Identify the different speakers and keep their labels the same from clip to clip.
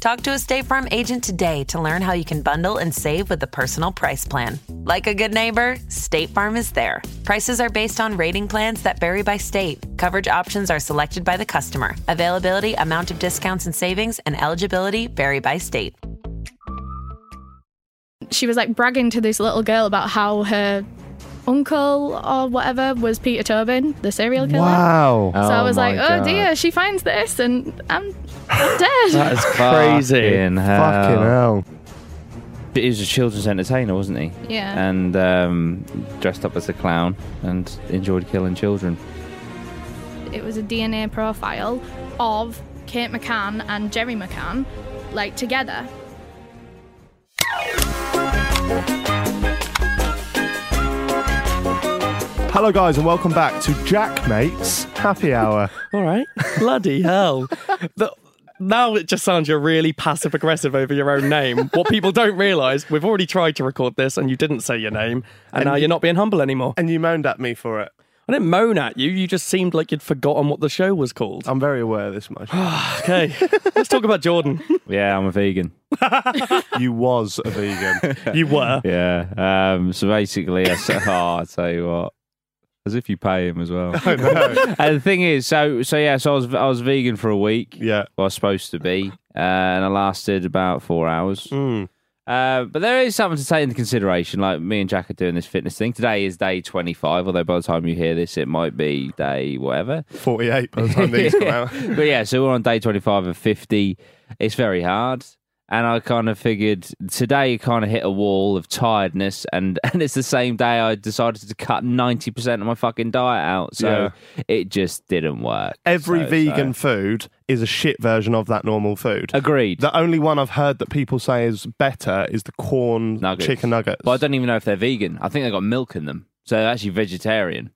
Speaker 1: Talk to a State Farm agent today to learn how you can bundle and save with the Personal Price Plan. Like a good neighbor, State Farm is there. Prices are based on rating plans that vary by state. Coverage options are selected by the customer. Availability, amount of discounts and savings, and eligibility vary by state.
Speaker 2: she was like bragging to this little girl about how her uncle or whatever was Peter Tobin, the serial killer.
Speaker 3: Wow.
Speaker 2: So I was
Speaker 4: my
Speaker 2: like, oh
Speaker 4: God.
Speaker 2: dear, she finds this and I'm, I'm dead.
Speaker 4: That is
Speaker 3: Crazy.
Speaker 4: Fucking hell.
Speaker 3: Fucking hell.
Speaker 4: He was a children's entertainer, wasn't he?
Speaker 2: yeah.
Speaker 4: And um, dressed up as a clown and enjoyed killing children.
Speaker 2: it was a DNA profile of Kate McCann and Jerry McCann, like together.
Speaker 3: Hello, guys, and welcome back to Jack Mates Happy Hour.
Speaker 5: All right. Bloody hell. The- now it just sounds you're really passive aggressive over your own name. What people don't realise, we've already tried to record this and you didn't say your name, and, now you're not being humble anymore.
Speaker 3: and you moaned at me for it.
Speaker 5: I didn't moan at you, you just seemed like you'd forgotten what the show was called.
Speaker 3: I'm very aware of this much.
Speaker 5: Okay, let's talk about Jordan.
Speaker 4: Yeah, I'm a vegan.
Speaker 3: you was a vegan.
Speaker 5: You were.
Speaker 4: Yeah. Um, so basically, I said, oh, I'll tell you what. As if you pay him as well. and the thing is, so so yeah, so I was I was vegan for a week.
Speaker 3: yeah.
Speaker 4: Well, I was supposed to be, uh, and I lasted about four hours. Uh, but there is something to take into consideration. Like me and Jack are doing this fitness thing. Today is day 25, although by the time you hear this, it might be day whatever.
Speaker 3: 48 by the time these come out.
Speaker 4: but yeah, so we're on day 25 of 50. It's very hard. And I kind of figured today you kind of hit a wall of tiredness. And, and it's the same day I decided to cut 90% of my fucking diet out. So it just didn't work.
Speaker 3: Every
Speaker 4: So- so-
Speaker 3: vegan food is a shit version of that normal food.
Speaker 4: Agreed.
Speaker 3: The only one I've heard that people say is better is the corn
Speaker 4: Nuggets.
Speaker 3: chicken nuggets.
Speaker 4: But I don't even know if they're vegan. I think they got milk in them, so they're actually vegetarian.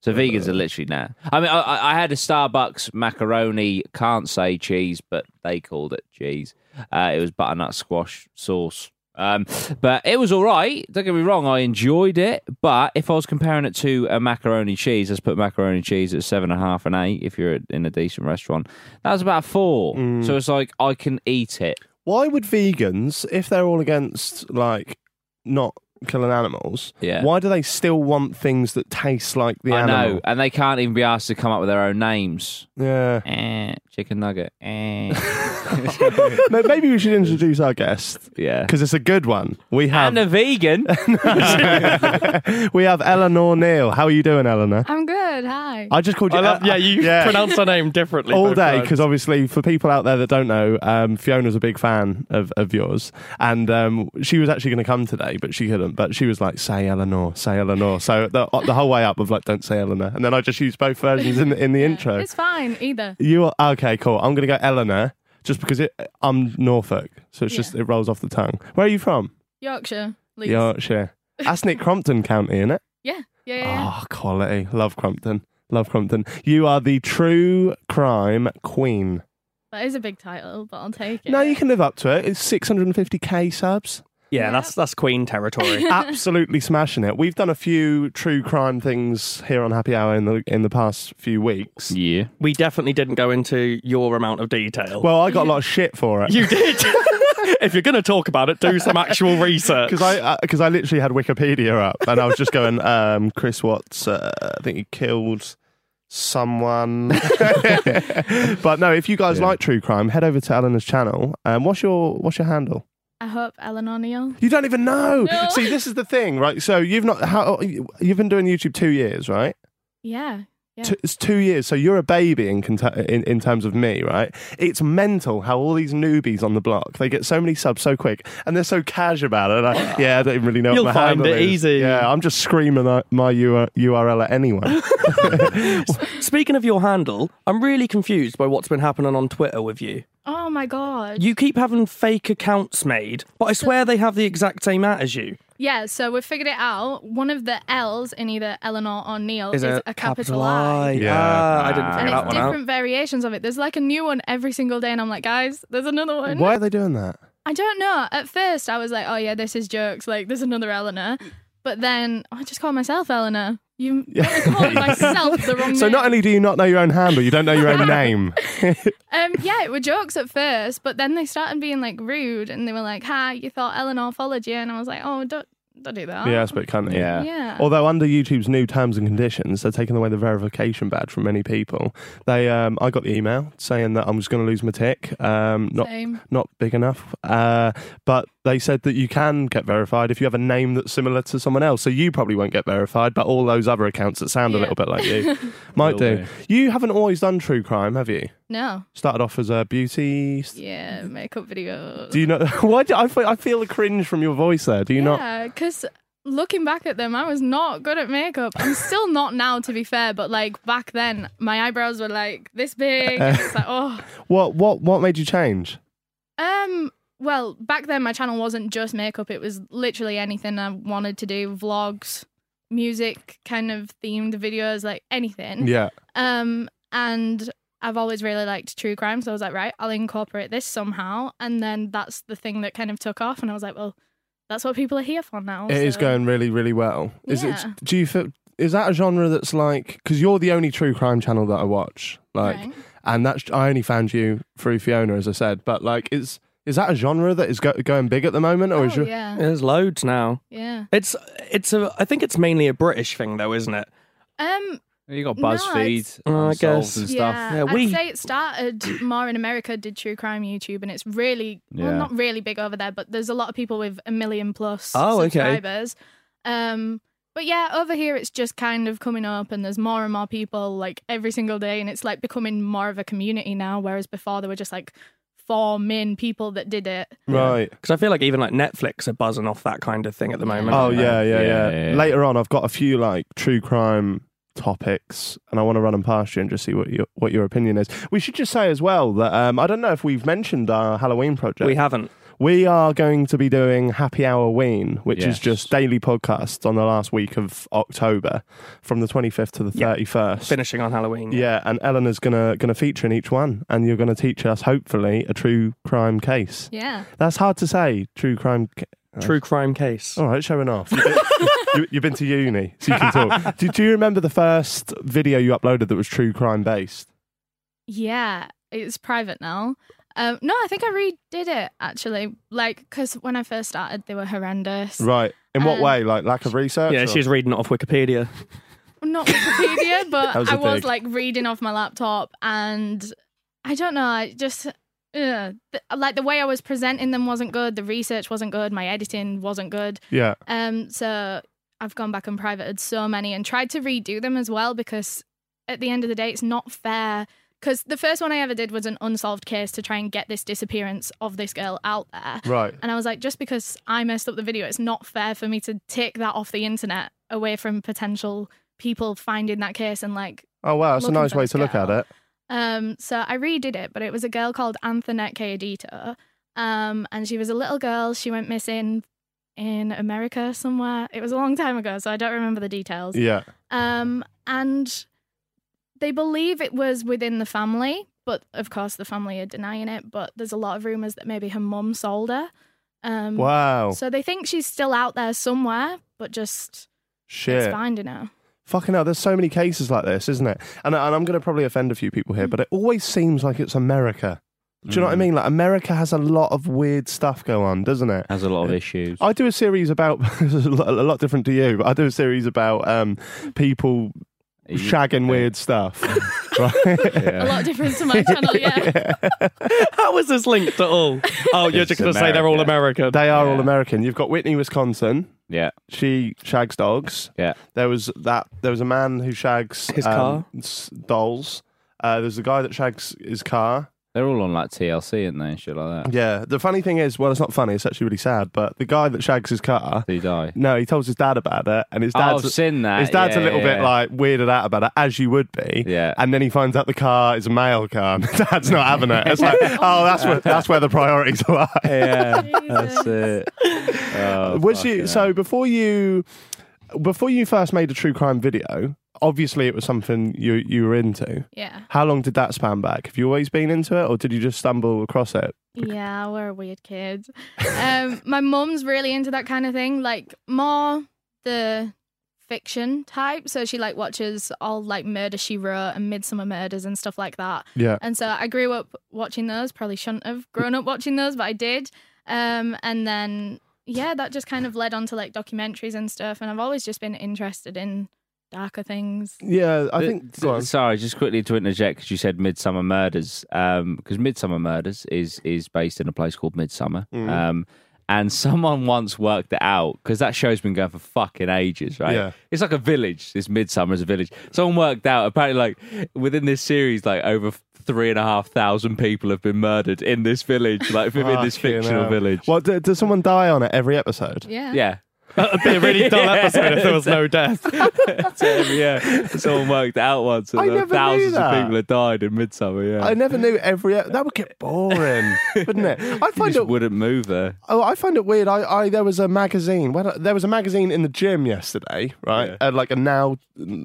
Speaker 4: So vegans are literally nah. I mean, I- I, I had a Starbucks macaroni. Can't say cheese, but they called it cheese. Uh, it was butternut squash sauce. Um, but it was all right. Don't get me wrong. I enjoyed it. But if I was comparing it to a macaroni cheese, let's put macaroni cheese at seven and a half and eight. If you're in a decent restaurant, that was about four. So it's like I can eat it.
Speaker 3: Why would vegans, if they're all against like not killing animals,
Speaker 4: Yeah.
Speaker 3: why do they still want things that taste like the
Speaker 4: I
Speaker 3: animal?
Speaker 4: know, and they can't even be asked to come up with their own names.
Speaker 3: Yeah.
Speaker 4: Eh, chicken nugget. Eh.
Speaker 3: Ma- Maybe we should introduce our guest
Speaker 4: yeah.
Speaker 3: because it's a good one. We have
Speaker 4: And a vegan.
Speaker 3: we have Eleanor Neal. How are you doing, Eleanor?
Speaker 2: I'm good. Hi.
Speaker 3: I just called you.
Speaker 5: I love,
Speaker 3: El-
Speaker 5: yeah, you
Speaker 3: yeah.
Speaker 5: pronounce her name differently.
Speaker 3: all
Speaker 5: both
Speaker 3: day
Speaker 5: times.
Speaker 3: because obviously for people out there that don't know um, fiona's a big fan of, of yours and um, she was actually going to come today but she couldn't but she was like say eleanor say eleanor so the, the whole way up of like don't say eleanor and then i just used both versions in, the- in the intro
Speaker 2: it's fine either.
Speaker 3: you are okay cool i'm going to go eleanor just because it i'm norfolk so it's
Speaker 2: Yeah.
Speaker 3: just it rolls off the tongue where are you from
Speaker 2: Yorkshire, Leeds.
Speaker 3: yorkshire that's nick crompton county isn't it
Speaker 2: yeah. Yeah. yeah, yeah.
Speaker 3: oh quality love crompton love crompton you are the true crime queen
Speaker 2: That is a big title, but I'll take it.
Speaker 3: No, you can live up to it. It's 650k subs.
Speaker 5: Yeah, that's that's Queen territory.
Speaker 3: Absolutely smashing it. We've done a few true crime things here on Happy Hour in the in the past few weeks.
Speaker 4: yeah.
Speaker 5: we definitely didn't go into your amount of detail.
Speaker 3: Well, I got a lot of shit for it
Speaker 5: you did. if you're going to talk about it, do some actual research.
Speaker 3: because I because I literally had Wikipedia up and I was just going, um, Chris Watts. Uh, I think he killed someone. but no, if you guys like true crime, head over to Eleanor's channel. Um, what's your what's your handle?
Speaker 2: I hope Eleanor Neal.
Speaker 3: You don't even know.
Speaker 2: No.
Speaker 3: See, this is the thing, right? So you've not how you've been doing YouTube two years, right?
Speaker 2: Yeah. Yeah.
Speaker 3: Two, it's two years. So you're a baby in, conta- in in terms of me, right? It's mental how all these newbies on the block they get so many subs so quick, and they're so casual about it. Like, yeah, I don't even really know
Speaker 5: You'll
Speaker 3: what my
Speaker 5: find
Speaker 3: handle
Speaker 5: it
Speaker 3: is.
Speaker 5: easy.
Speaker 3: Yeah, I'm just screaming out my U- URL at anyone.
Speaker 5: Speaking of your handle, I'm really confused by what's been happening on Twitter with you.
Speaker 2: Oh my god.
Speaker 5: You keep having fake accounts made, but I swear they have the exact same at as you.
Speaker 2: Yeah, so we've figured it out. One of the L's in either Eleanor or Neil is, a capital, I.
Speaker 5: Yeah, Ah,
Speaker 3: Yeah.
Speaker 5: I didn't
Speaker 2: And
Speaker 5: figure that
Speaker 2: it's
Speaker 5: one out.
Speaker 2: different variations of it. There's like a new one every single day, and I'm like, guys, there's another one.
Speaker 3: Why are they doing that?
Speaker 2: I don't know. At first, I was like, oh yeah, this is jokes. Like, there's another Eleanor. But then I just call myself Eleanor. You I called myself the wrong
Speaker 3: So
Speaker 2: name.
Speaker 3: not only do you not know your own handle, you don't know your own name.
Speaker 2: Um, yeah, it were jokes at first, but then they started being like rude, and they were like, "Hi, you thought Eleanor followed you?" And I was like, "Oh, don't, don't do that."
Speaker 3: Yeah, it's a bit cunty.
Speaker 4: Yeah.
Speaker 2: yeah.
Speaker 3: Although under YouTube's new terms and conditions, they're taking away the verification badge from many people. They, um, I got the email saying that I was going to lose my tick. Um, not
Speaker 2: Same.
Speaker 3: not big enough. Uh, but they said that you can get verified if you have a name that's similar to someone else. So you probably won't get verified, but all those other accounts that sound a
Speaker 2: Yeah.
Speaker 3: little bit like you might
Speaker 4: Will
Speaker 3: do. You haven't always done true crime, have you?
Speaker 2: No.
Speaker 3: Started off as a beauty.
Speaker 2: Yeah, makeup videos.
Speaker 3: Do you know? Why do I feel, I feel a cringe from your voice there? Do you not?
Speaker 2: Yeah, because looking back at them, I was not good at makeup. I'm still not now, to be fair, but like back then, my eyebrows were like this big. and It's like, oh.
Speaker 3: What what what made you change?
Speaker 2: Um. Well, back then my channel wasn't just makeup; it was literally anything I wanted to do: vlogs, music, kind of themed videos, like anything.
Speaker 3: Yeah.
Speaker 2: Um. And I've always really liked true crime, so I was like, right, I'll incorporate this somehow. And then that's the thing that kind of took off, and I was like, well, that's what people are here for now.
Speaker 3: It is
Speaker 2: so-
Speaker 3: going really, really well. Is it?
Speaker 2: Yeah.
Speaker 3: Do you feel? Is that a genre that's like? Because you're the only true crime channel that I watch. Like,
Speaker 2: Right.
Speaker 3: and that's I only found you through Fiona, as I said. But like, is is that a genre that is go, going big at the moment, or is
Speaker 2: Oh,
Speaker 3: your,
Speaker 2: yeah,
Speaker 5: There's loads now.
Speaker 2: yeah.
Speaker 5: It's it's a. I think it's mainly a British thing, though, isn't it?
Speaker 2: Um,
Speaker 4: You got
Speaker 2: No, it's-
Speaker 4: BuzzFeed,
Speaker 5: Oh, I
Speaker 4: Unsolved
Speaker 5: guess.
Speaker 4: and stuff.
Speaker 2: yeah,
Speaker 5: Yeah, we-
Speaker 2: I'd say it started more in America, did true crime YouTube, and it's really well,
Speaker 4: Yeah.
Speaker 2: not really big over there, but there's a lot of people with a million plus
Speaker 5: Oh, okay.
Speaker 2: subscribers. Um, but yeah, over here it's just kind of coming up, and there's more and more people like every single day, and it's like becoming more of a community now. Whereas before there were just like four main people that did it.
Speaker 3: right?
Speaker 5: Because I feel like even like Netflix are buzzing off that kind of thing at the moment.
Speaker 3: Oh
Speaker 5: aren't they?
Speaker 3: yeah, yeah, yeah,
Speaker 4: Yeah, yeah, yeah.
Speaker 3: Later on, I've got a few like true crime topics, and I want to run them past you and just see what your what your opinion is. We should just say as well that um, I don't know if we've mentioned our Halloween project.
Speaker 5: We haven't.
Speaker 3: We are going to be doing Happy Hour Ween, which is
Speaker 4: Yes.
Speaker 3: just daily podcasts on the last week of October, from the 25th to the 31st.
Speaker 5: Finishing on Halloween.
Speaker 3: Yeah, and Eleanor's gonna gonna feature in each one, and you're gonna teach us hopefully a true crime case.
Speaker 2: Yeah,
Speaker 3: That's hard to say, true crime. Ca-
Speaker 5: True crime case.
Speaker 3: All right, showing off. You've been, you, you've been to uni, so you can talk. Do, do you remember the first video you uploaded that was true crime based?
Speaker 2: yeah. It's private now. Um, no, I think I redid it actually. Like, because when I first started, they were horrendous.
Speaker 3: Right. In what
Speaker 2: Um,
Speaker 3: way? Like lack of research?
Speaker 5: Yeah,
Speaker 3: or-
Speaker 5: she's reading it off Wikipedia.
Speaker 2: not Wikipedia, but
Speaker 3: That was a
Speaker 2: I was
Speaker 3: dig.
Speaker 2: like reading off my laptop, and I don't know. I just uh, th- like the way I was presenting them wasn't good. The research wasn't good. My editing wasn't good.
Speaker 3: Yeah.
Speaker 2: Um, so I've gone back and privated so many and tried to redo them as well because at the end of the day, it's not fair. Because the first one I ever did was an unsolved case to try and get this disappearance of this girl out there.
Speaker 3: Right.
Speaker 2: And I was like, just because I messed up the video, it's not fair for me to take that off the internet away from potential people finding that case and like
Speaker 3: Oh wow, that's a
Speaker 2: Looking
Speaker 3: nice
Speaker 2: for
Speaker 3: way
Speaker 2: this
Speaker 3: to look at
Speaker 2: girl.
Speaker 3: it.
Speaker 2: um so I redid it, but it was a girl called Anthonette Cadito. Um and she was a little girl, she went missing in America somewhere. It was a long time ago, so I don't remember the details.
Speaker 3: Yeah.
Speaker 2: Um and they believe it was within the family, but of course the family are denying it, but there's a lot of rumors that maybe her mum sold her. Um
Speaker 3: Wow.
Speaker 2: so they think she's still out there somewhere, but just it's
Speaker 3: Shit.
Speaker 2: finding her.
Speaker 3: Fucking hell, there's so many cases like this, isn't it? And, and I'm going to probably offend a few people
Speaker 2: Mm.
Speaker 3: here, but it always seems like it's America. Do you know what I mean? Like, America has a lot of weird stuff go on, doesn't it?
Speaker 4: Has a lot of issues.
Speaker 3: I do a series about, a lot a lot different to you, but I do a series about um, people
Speaker 4: You-
Speaker 3: shagging weird stuff. right?
Speaker 2: A lot different to my channel, yeah.
Speaker 5: How is this linked at all? Oh, you're
Speaker 4: It's
Speaker 5: just going to say they're all
Speaker 4: America.
Speaker 5: American.
Speaker 3: They are all
Speaker 4: Yeah.
Speaker 3: American. You've got Whitney, Wisconsin.
Speaker 4: Yeah.
Speaker 3: She shags dogs.
Speaker 4: Yeah.
Speaker 3: There was that. There was a man who shags um,
Speaker 5: His car?
Speaker 3: s- dolls. Uh, there's a guy that shags his car.
Speaker 4: They're all on like TLC, aren't they? And shit like that.
Speaker 3: Yeah. The funny thing is, well, it's not funny. It's actually really sad. But the guy that shags his car.
Speaker 4: Did he die?
Speaker 3: No, he tells his dad about it, and his
Speaker 4: Oh,
Speaker 3: dad's
Speaker 4: I've seen that.
Speaker 3: His dad's
Speaker 4: Yeah,
Speaker 3: a little
Speaker 4: yeah,
Speaker 3: bit
Speaker 4: yeah.
Speaker 3: like weirded out about it, as you would be.
Speaker 4: Yeah.
Speaker 3: And then he finds out the car is a mail car, and the dad's not having it. It's like, oh, that's where that's where the priorities lie.
Speaker 4: Yeah.
Speaker 2: Jesus.
Speaker 4: it. Oh,
Speaker 3: was
Speaker 4: fucking
Speaker 3: you
Speaker 4: hell.
Speaker 3: so before you before you first made a true crime video? Obviously, it was something you you were into.
Speaker 2: Yeah.
Speaker 3: How long did that span back? Have you always been into it, or did you just stumble across it?
Speaker 2: Yeah, we're a weird kid. Um, my mum's really into that kind of thing, like more the fiction type. So she like watches all like Murder She Wrote and Midsummer Murders and stuff like that.
Speaker 3: Yeah.
Speaker 2: And so I grew up watching those. Probably shouldn't have grown up watching those, but I did. Um, and then yeah, that just kind of led on to like documentaries and stuff. And I've always just been interested in darker things.
Speaker 3: Yeah, I
Speaker 4: Uh,
Speaker 3: think.
Speaker 4: s-
Speaker 3: go on.
Speaker 4: Sorry, just quickly to interject because you said Midsummer Murders. Because Midsummer Murders is is based in a place called Midsummer.
Speaker 3: Mm.
Speaker 4: Um, and someone once worked it out because that show's been going for fucking ages, right?
Speaker 3: Yeah.
Speaker 4: It's like a village. This Midsummer is a village. Someone worked out apparently, like within this series, like over three and a half thousand people have been murdered in this village, like in this
Speaker 3: Fucking
Speaker 4: fictional
Speaker 3: hell.
Speaker 4: village.
Speaker 3: Well, d- does someone die on it every episode?
Speaker 2: Yeah.
Speaker 4: Yeah.
Speaker 5: That'd be a really dull episode if there was no death.
Speaker 4: yeah, someone worked it out once, and
Speaker 3: I
Speaker 4: there were
Speaker 3: never knew
Speaker 4: thousands of
Speaker 3: that.
Speaker 4: people had died in Midsummer. Yeah,
Speaker 3: I never knew every. ep- That would get boring, wouldn't it? I
Speaker 4: you
Speaker 3: find
Speaker 4: just
Speaker 3: it.
Speaker 4: wouldn't move there.
Speaker 3: Oh, I find it weird. I, I there was a magazine. When I- there was a magazine in the gym yesterday, right?
Speaker 4: Yeah.
Speaker 3: Uh, like a now,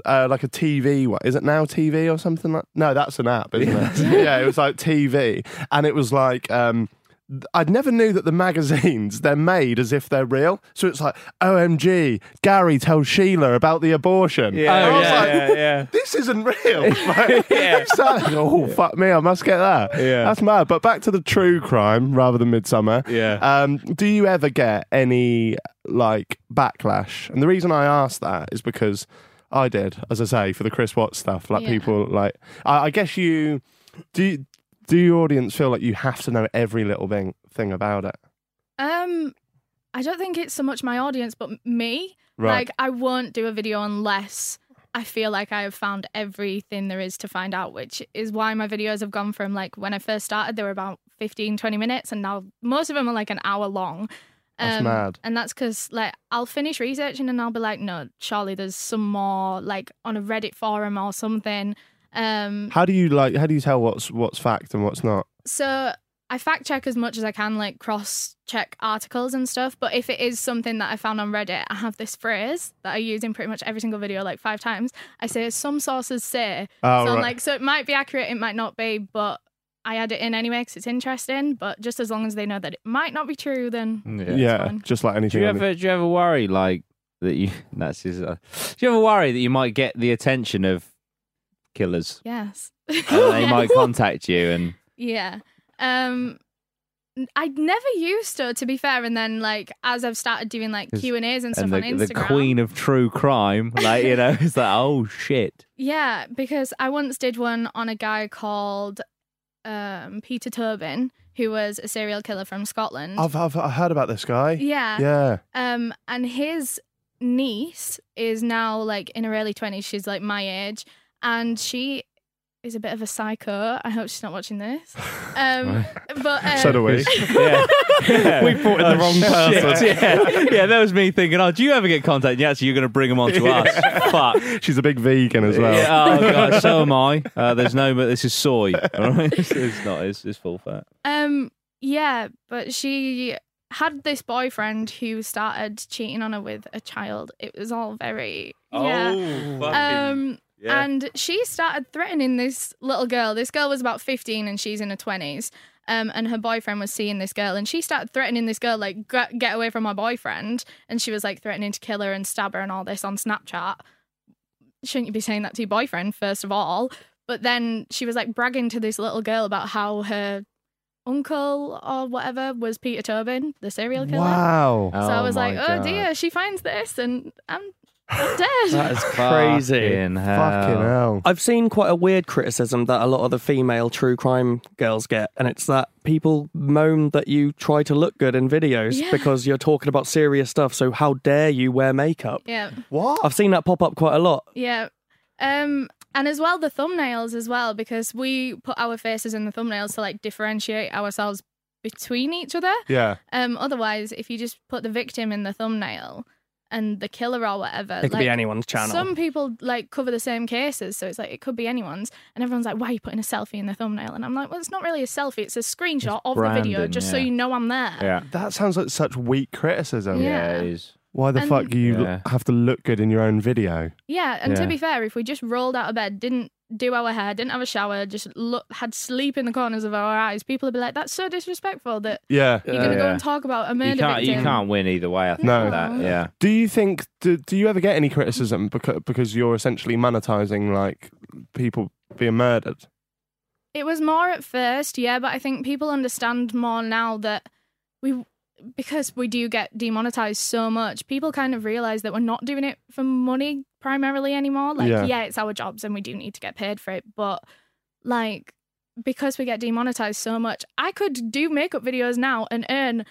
Speaker 3: uh, like a TV. What is it now? TV or something like? No, that's an app, isn't it? yeah, it was like TV, and it was like. Um, th- I'd never knew that the magazines they're made as if they're real. So it's like, OMG, Gary tells Sheila about the abortion. And I was like,
Speaker 4: Oh, yeah.
Speaker 3: this isn't real. Like, so- oh, fuck me, I must get that.
Speaker 4: Yeah.
Speaker 3: That's mad. But back to the true crime rather than Midsummer.
Speaker 4: Yeah.
Speaker 3: Um, do you ever get any like backlash? And the reason I ask that is because I did, as I say, for the Chris Watts stuff. Like
Speaker 2: Yeah.
Speaker 3: people like, I, I guess you do. you- Do your audience feel like you have to know every little thing thing about it?
Speaker 2: Um, I don't think it's so much my audience, but m- me.
Speaker 3: Right.
Speaker 2: Like, I won't do a video unless I feel like I have found everything there is to find out, which is why my videos have gone from like when I first started, they were about 15, 20 minutes, and now most of them are like an hour long. Um,
Speaker 3: That's mad.
Speaker 2: And that's because like I'll finish researching and I'll be like, no, surely there's some more like on a Reddit forum or something. Um,
Speaker 3: How do you like? How do you tell what's what's fact and what's not?
Speaker 2: so I fact check as much as I can, like cross check articles and stuff. But if it is something that I found on Reddit, I have this phrase that I use in pretty much every single video, like five times. I say, some sources say.
Speaker 3: Oh,
Speaker 2: so I'm
Speaker 3: right.
Speaker 2: like, so it might be accurate, it might not be, but I add it in anyway because it's interesting. But just as long as they know that it might not be true, then
Speaker 4: Mm.
Speaker 3: yeah,
Speaker 2: fine.
Speaker 3: just like anything.
Speaker 4: Do you
Speaker 3: on the-
Speaker 4: ever do you ever worry like that you that's just, uh, do you ever worry that you might get the attention of killers
Speaker 2: yes.
Speaker 4: and they might
Speaker 2: Yes.
Speaker 4: contact you and
Speaker 2: Yeah. Um I never used to, to be fair, and then like as I've started doing like
Speaker 4: 'Cause-
Speaker 2: Q and A's and stuff
Speaker 4: and
Speaker 2: on
Speaker 4: the,
Speaker 2: Instagram,
Speaker 4: the queen of true crime like you know it's like oh shit
Speaker 2: Yeah, because I once did one on a guy called um, Peter Turbin, who was a serial killer from Scotland.
Speaker 3: I've, I've I heard about this guy.
Speaker 2: yeah.
Speaker 3: Yeah.
Speaker 2: Um, and his niece is now like in her early 20s. She's like my age. And she is a bit of a psycho. I hope she's not watching this. Um, but uh,
Speaker 3: So do we.
Speaker 4: yeah. Oh,
Speaker 5: We brought in the wrong person.
Speaker 4: yeah. yeah, that was me thinking. Oh, do you ever get contact? Yeah, so you're going to bring them on to us. Fuck.
Speaker 3: She's a big vegan as well.
Speaker 4: Yeah, oh god, so am I. Uh, there's no, but this is soy. All right? it's not. It's, it's full fat.
Speaker 2: Um, yeah, but she had this boyfriend who started cheating on her with a child. It was all very
Speaker 4: Oh,
Speaker 2: yeah. Um,
Speaker 4: yeah.
Speaker 2: and she started threatening this little girl. This girl was about fifteen, and she's in her twenties. Um, and her boyfriend was seeing this girl, and she started threatening this girl, like "Get- get away from my boyfriend. And she was like threatening to kill her and stab her and all this on Snapchat shouldn't you be saying that to your boyfriend first of all but then she was like bragging to this little girl about how her uncle or whatever was peter tobin the serial killer
Speaker 3: Wow.
Speaker 4: Oh
Speaker 2: oh, so i was like oh dear she finds this and i'm dead.
Speaker 5: That is crazy.
Speaker 3: Fucking
Speaker 4: Fucking hell.
Speaker 3: hell.
Speaker 5: I've seen quite a weird criticism that a lot of the female true crime girls get, and it's that people moan that you try to look good in videos
Speaker 2: Yeah.
Speaker 5: because you're talking about serious stuff. So how dare you wear makeup?
Speaker 2: Yeah,
Speaker 3: What?
Speaker 5: I've seen that pop up quite a lot.
Speaker 2: yeah. Um, and as well the thumbnails as well because we put our faces in the thumbnails to like differentiate ourselves between each other.
Speaker 3: Yeah.
Speaker 2: Um, otherwise, if you just put the victim in the thumbnail and the killer or whatever,
Speaker 5: It could be anyone's channel.
Speaker 2: Some people like cover the same cases, so it's like it could be anyone's, and everyone's like, "Why are you putting a selfie in the thumbnail?" And I'm like, "Well, it's not really a selfie; it's a screenshot of the video,
Speaker 4: branding,
Speaker 2: just so
Speaker 4: yeah.
Speaker 2: you know I'm there."
Speaker 4: Yeah.
Speaker 3: That sounds like such weak criticism.
Speaker 2: Yeah.
Speaker 4: Yeah, it is.
Speaker 3: Why the
Speaker 2: And-
Speaker 3: fuck do you
Speaker 4: Yeah.
Speaker 3: have to look good in your own video?
Speaker 2: Yeah, and
Speaker 4: Yeah.
Speaker 2: to be fair, if we just rolled out of bed, didn't do our hair, didn't have a shower, just look, had sleep in the corners of our eyes, people would be like, "That's so disrespectful that
Speaker 3: Yeah.
Speaker 2: you're going to go
Speaker 4: Yeah.
Speaker 2: and talk about a
Speaker 4: You
Speaker 2: murder
Speaker 4: can't, you
Speaker 2: victim."
Speaker 4: can't win either way, I think,
Speaker 3: No.
Speaker 4: with that. Yeah.
Speaker 3: Do you think do, do you ever get any criticism because because you're essentially monetizing like people being murdered?
Speaker 2: It was more at first, yeah, but I think people understand more now that we because we do get demonetized so much, people kind of realize that we're not doing it for money primarily anymore. Like,
Speaker 3: Yeah.
Speaker 2: yeah, it's our jobs and we do need to get paid for it, but like because we get demonetized so much, I could do makeup videos now and earn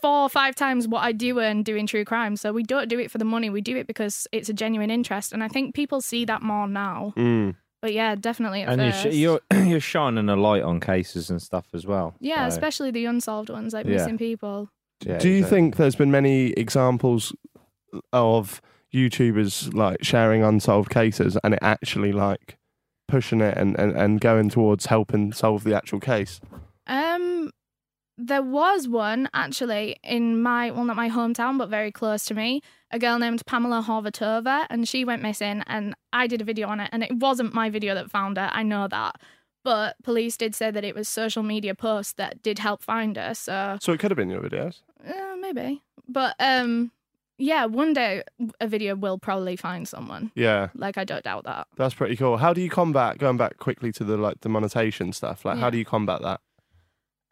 Speaker 2: four or five times what I do earn doing true crime. So we don't do it for the money, we do it because it's a genuine interest. And I think people see that more now.
Speaker 3: Mm.
Speaker 2: But yeah, definitely at
Speaker 4: And you're,
Speaker 2: first.
Speaker 4: sh- you're you're shining a light on cases and stuff as well.
Speaker 2: Yeah,
Speaker 4: so,
Speaker 2: especially the unsolved ones, like
Speaker 4: Yeah.
Speaker 2: missing people.
Speaker 4: yeah,
Speaker 3: do you
Speaker 4: exactly.
Speaker 3: think there's been many examples of YouTubers like sharing unsolved cases and it actually like pushing it and, and, and going towards helping solve the actual case?
Speaker 2: Um, there was one actually in my well, not my hometown, but very close to me. A girl named Pamela Horvatova, and she went missing, and I did a video on it, and it wasn't my video that found her. I know that, but police did say that it was social media posts that did help find her. So
Speaker 3: So it could have been your videos.
Speaker 2: uh, maybe, but um, yeah, one day a video will probably find someone.
Speaker 3: Yeah.
Speaker 2: Like I don't doubt that.
Speaker 3: That's pretty cool. How do you combat going back quickly to the like the monetization stuff? Like how
Speaker 2: Yeah.
Speaker 3: do you combat that?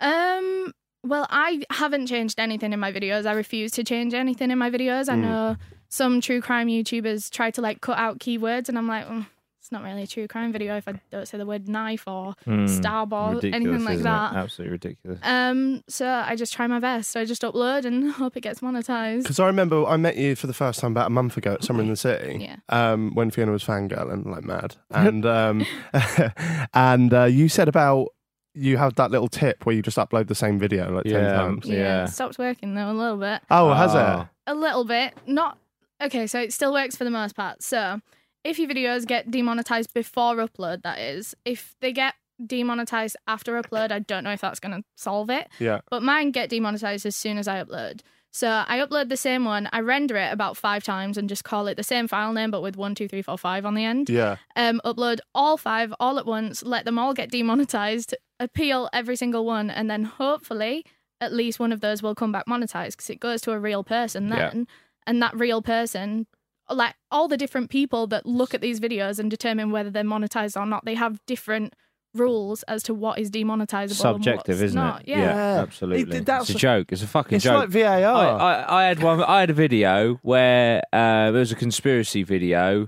Speaker 2: Um. Well, I haven't changed anything in my videos. I refuse to change anything in my videos. I
Speaker 4: Hmm.
Speaker 3: Mm.
Speaker 2: know some true crime YouTubers try to like cut out keywords, and I'm like, "Mm, it's not really a true crime video if I don't say the word knife or
Speaker 4: Hmm.
Speaker 2: starboard,
Speaker 4: Ridiculous,
Speaker 2: anything like
Speaker 4: isn't it?
Speaker 2: that.
Speaker 4: Absolutely ridiculous.
Speaker 2: Um. So I just try my best. I just upload and hope it gets monetized.
Speaker 3: Because I remember I met you for the first time about a month ago at Summer in the City.
Speaker 2: Yeah.
Speaker 3: Um, when Fiona was fangirling like mad, and um, and uh, you said about you have that little tip where you just upload the same video like ten
Speaker 4: Yeah.
Speaker 3: times.
Speaker 2: Yeah.
Speaker 4: Yeah.
Speaker 2: It stopped working though a little bit.
Speaker 3: Oh, has
Speaker 4: Ah.
Speaker 3: it?
Speaker 2: a little bit. Not okay, so it still works for the most part. So if your videos get demonetized before upload, that is. If they get demonetized after upload, I don't know if that's gonna solve it.
Speaker 3: Yeah.
Speaker 2: But mine get demonetized as soon as I upload. So I upload the same one, I render it about five times and just call it the same file name but with one, two, three, four, five on the end
Speaker 3: Yeah.
Speaker 2: um, upload all five all at once, let them all get demonetized, appeal every single one, and then hopefully at least one of those will come back monetized because it goes to a real person
Speaker 4: Yeah.
Speaker 2: then, and that real person. Like all the different people that look at these videos and determine whether they're monetized or not, they have different rules as to what is demonetizable. and
Speaker 4: Subjective,
Speaker 2: what's
Speaker 4: isn't
Speaker 2: not.
Speaker 4: it?
Speaker 2: Yeah.
Speaker 3: Yeah.
Speaker 4: absolutely.
Speaker 3: It- that's-
Speaker 4: it's a joke. It's a fucking
Speaker 3: It's
Speaker 4: joke.
Speaker 3: like VAR.
Speaker 4: I, I, I had one. I had a video where uh, it was a conspiracy video.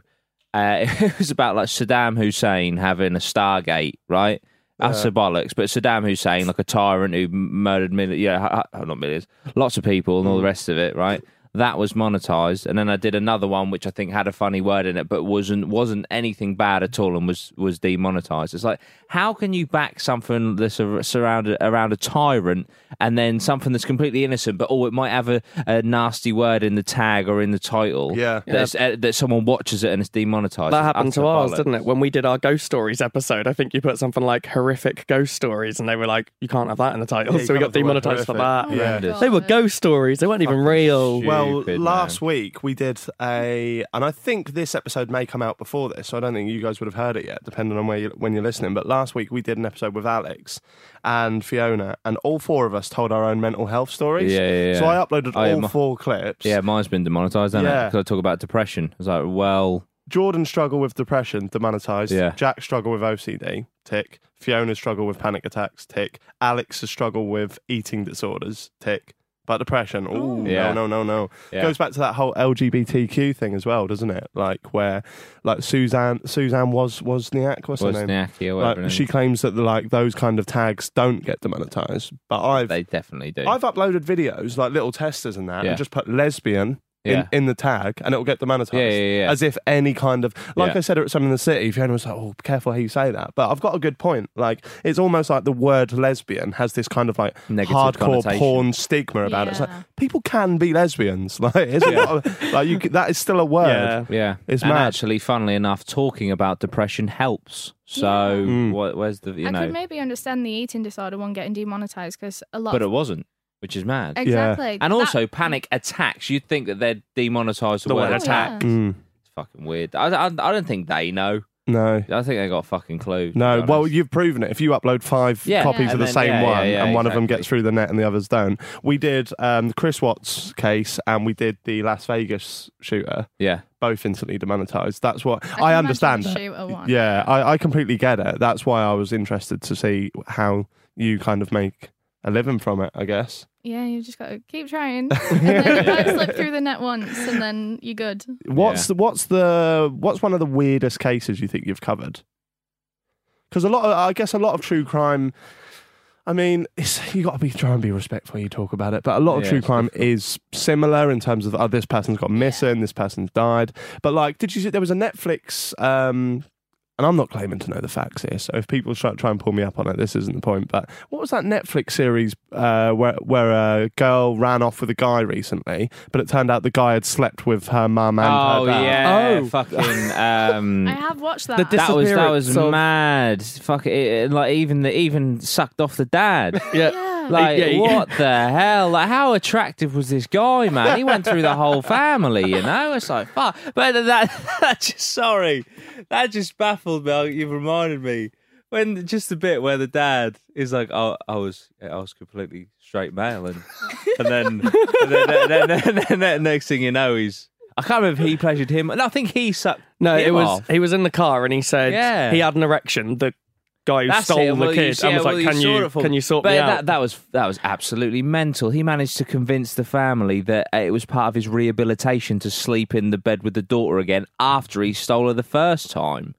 Speaker 4: Uh, it was about like Saddam Hussein having a Stargate, right? That's the bollocks. But Saddam Hussein, like a tyrant who m- murdered millions, yeah, hu- hu- not millions, lots of people and all the
Speaker 3: Mm.
Speaker 4: rest of it, right? That was monetized, and then I did another one which I think had a funny word in it, but wasn't wasn't anything bad at all, and was was demonetized. It's like how can you back something that's a, surrounded around a tyrant, and then something that's completely innocent, but oh, it might have a, a nasty word in the tag or in the title,
Speaker 3: Yeah.
Speaker 4: that's, uh, that someone watches it and it's demonetized.
Speaker 5: That happened to ours, didn't
Speaker 4: Bollocks.
Speaker 5: it? When we did our ghost stories episode, I think you put something like horrific ghost stories, and they were like, you can't have that in the title.
Speaker 3: Yeah, you
Speaker 5: so we
Speaker 3: can't
Speaker 5: got
Speaker 3: have the word
Speaker 5: demonetized for that.
Speaker 3: horrific. Yeah.
Speaker 2: Oh God.
Speaker 5: They were ghost stories, they weren't even real.
Speaker 4: shit.
Speaker 3: Well,
Speaker 4: Stupid,
Speaker 3: last week we did a, and I think this episode may come out before this, so I don't think you guys would have heard it yet, depending on where you, when you're listening. But last week we did an episode with Alex and Fiona, and all four of us told our own mental health stories.
Speaker 4: Yeah, yeah, Oh, yeah.
Speaker 3: So I uploaded
Speaker 4: I
Speaker 3: all
Speaker 4: am-
Speaker 3: four clips.
Speaker 4: Yeah, mine's been demonetized, hasn't
Speaker 3: Yeah.
Speaker 4: it? Because I talk about depression. It's like, well,
Speaker 3: Jordan struggle with depression, demonetized.
Speaker 4: Yeah.
Speaker 3: Jack struggle with OCD. Tick. Fiona struggle with panic attacks. Tick. Alex's struggle with eating disorders. Tick. But depression, oh
Speaker 4: Yeah.
Speaker 3: no, no, no, no.
Speaker 4: Yeah.
Speaker 3: Goes back to that whole LGBTQ thing as well, doesn't it? Like where, like Suzanne, Suzanne was was Niak, what's her name?
Speaker 4: Wozniacki or whatever.
Speaker 3: Like, she claims that the, like those kind of tags don't get demonetized, but I've
Speaker 4: they definitely do.
Speaker 3: I've uploaded videos like little testers and that,
Speaker 4: Yeah.
Speaker 3: and just put lesbian
Speaker 4: Yeah.
Speaker 3: in, in the tag, and it'll get demonetized.
Speaker 4: Yeah, yeah, yeah.
Speaker 3: As if any kind of like
Speaker 4: Yeah.
Speaker 3: I said at some in the city, Fiona was like, "Oh, be careful how you say that." But I've got a good point. Like it's almost like the word lesbian has this kind of like
Speaker 4: Negative
Speaker 3: hardcore
Speaker 4: connotation.
Speaker 3: porn stigma about it. It's like
Speaker 2: Yeah.
Speaker 3: people can be lesbians. Like, it's not a- like you, c- that is still a word.
Speaker 5: Yeah.
Speaker 4: yeah,
Speaker 3: It's
Speaker 4: and
Speaker 3: mad.
Speaker 4: actually, funnily enough, talking about depression helps. So
Speaker 5: Hmm.
Speaker 4: what, where's the you
Speaker 2: I
Speaker 4: know?
Speaker 2: could maybe understand the eating disorder one getting demonetized because a lot.
Speaker 4: But it
Speaker 2: of,
Speaker 4: wasn't, which is mad.
Speaker 2: exactly. That-
Speaker 4: And also
Speaker 5: Mm.
Speaker 4: panic attacks. You'd think that they'd demonetise the,
Speaker 3: The
Speaker 4: word
Speaker 3: word
Speaker 4: attack.
Speaker 2: attack.
Speaker 3: Mm,
Speaker 4: It's fucking weird. I, I, I don't think they know.
Speaker 3: no.
Speaker 4: I think they got a fucking clue. to
Speaker 3: No,
Speaker 4: be
Speaker 3: well,
Speaker 4: honest.
Speaker 3: you've proven it. If you upload five
Speaker 4: Yeah.
Speaker 3: copies
Speaker 4: Yeah.
Speaker 3: of the
Speaker 4: And then-
Speaker 3: same
Speaker 4: yeah, yeah,
Speaker 3: one,
Speaker 4: yeah,
Speaker 3: and one of them
Speaker 4: exactly.
Speaker 3: gets through the net and the others don't, we did um, the Chris Watts case and we did the Las Vegas shooter,
Speaker 4: yeah,
Speaker 3: both instantly demonetized. That's what
Speaker 2: I can
Speaker 3: I,
Speaker 2: imagine
Speaker 3: understand.
Speaker 2: the
Speaker 3: it.
Speaker 2: shooter one.
Speaker 3: Yeah, I, I completely get it. That's why I was interested to see how you kind of make a living from it. I guess
Speaker 2: Yeah, you just got to keep trying. and then you might slip through the net once, and then you're good.
Speaker 3: what's
Speaker 4: Yeah.
Speaker 3: the, what's the what's one of the weirdest cases you think you've covered? Because a lot, of, I guess, a lot of true crime. I mean, it's, you got to be try and be respectful when you talk about it, but a lot of
Speaker 4: Yeah,
Speaker 3: true
Speaker 4: it's
Speaker 3: crime is similar in terms of oh, this person's got missing, this person's died. But like, did you see there was a Netflix? Um, and I'm not claiming to know the facts here, so if people try, try and pull me up on it, this isn't the point. But what was that Netflix series uh, where where a girl ran off with a guy recently, but it turned out the guy had slept with her mum and
Speaker 4: oh
Speaker 3: her dad?
Speaker 4: yeah,
Speaker 5: Oh.
Speaker 4: fucking um,
Speaker 2: I have watched that.
Speaker 5: Mm. The
Speaker 4: that was that was
Speaker 5: disappearance of-
Speaker 4: mad. Fuck it, it, like even the even sucked off the dad.
Speaker 2: yeah.
Speaker 4: Like
Speaker 5: Yeah, yeah.
Speaker 4: what the hell? Like how attractive was this guy, man? He went through the whole family, you know. It's like fuck, but that that just sorry, that just baffled me. You've reminded me when just the bit where the dad is like, "Oh, I was I was completely straight male," and and then and then, then, then, then- then next thing you know, he's I can't remember if he pleasured him. No, I think he sucked.
Speaker 5: No,
Speaker 4: him
Speaker 5: it was
Speaker 4: off.
Speaker 5: he was in the car and he said
Speaker 4: Oh. Yeah.
Speaker 5: he had an erection. The guy who
Speaker 4: That's
Speaker 5: stole
Speaker 4: it. Well, you
Speaker 5: the kid
Speaker 4: see-
Speaker 5: and was
Speaker 4: well,
Speaker 5: like, "Can
Speaker 4: saw
Speaker 5: you
Speaker 4: it for
Speaker 5: can you sort
Speaker 4: but
Speaker 5: me
Speaker 4: that,
Speaker 5: out?"
Speaker 4: That was that was absolutely mental. He managed to convince the family that uh, it was part of his rehabilitation to sleep in the bed with the daughter again after he stole her the first time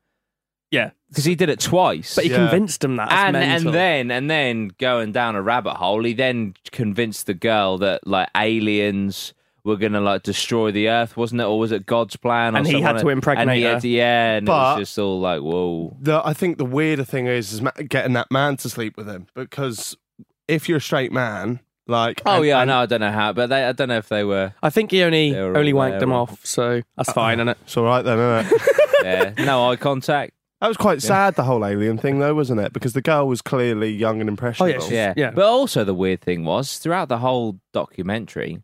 Speaker 5: yeah,
Speaker 4: because he did it twice.
Speaker 5: but he
Speaker 3: Yeah.
Speaker 5: convinced him that. That's
Speaker 4: and
Speaker 5: mental.
Speaker 4: and then and then going down a rabbit hole, he then convinced the girl that like aliens were gonna like destroy the earth, wasn't it, or was it God's plan? or
Speaker 5: And he had
Speaker 4: someone-
Speaker 5: to impregnate
Speaker 4: and he
Speaker 5: her.
Speaker 4: had to- yeah, and
Speaker 3: But-
Speaker 4: it was just all like, whoa.
Speaker 3: the I think the weirder thing is, is ma- getting that man to sleep with him because if you're a straight man, like
Speaker 4: Oh
Speaker 3: and-
Speaker 4: yeah, I
Speaker 3: and-
Speaker 4: know. I don't know how, but they, I don't know if they were.
Speaker 5: I think he only
Speaker 4: They were
Speaker 5: only
Speaker 4: all
Speaker 5: wanked
Speaker 4: there,
Speaker 5: him
Speaker 4: all-
Speaker 5: off, so that's fine, isn't it?
Speaker 3: it's all right then, isn't it?
Speaker 4: Yeah, no eye contact.
Speaker 3: that was quite sad. The whole alien thing, though, wasn't it? Because the girl was clearly young and impressionable.
Speaker 5: she's-
Speaker 4: Yeah.
Speaker 5: Oh, Yeah.
Speaker 4: But also the weird thing was throughout the whole documentary,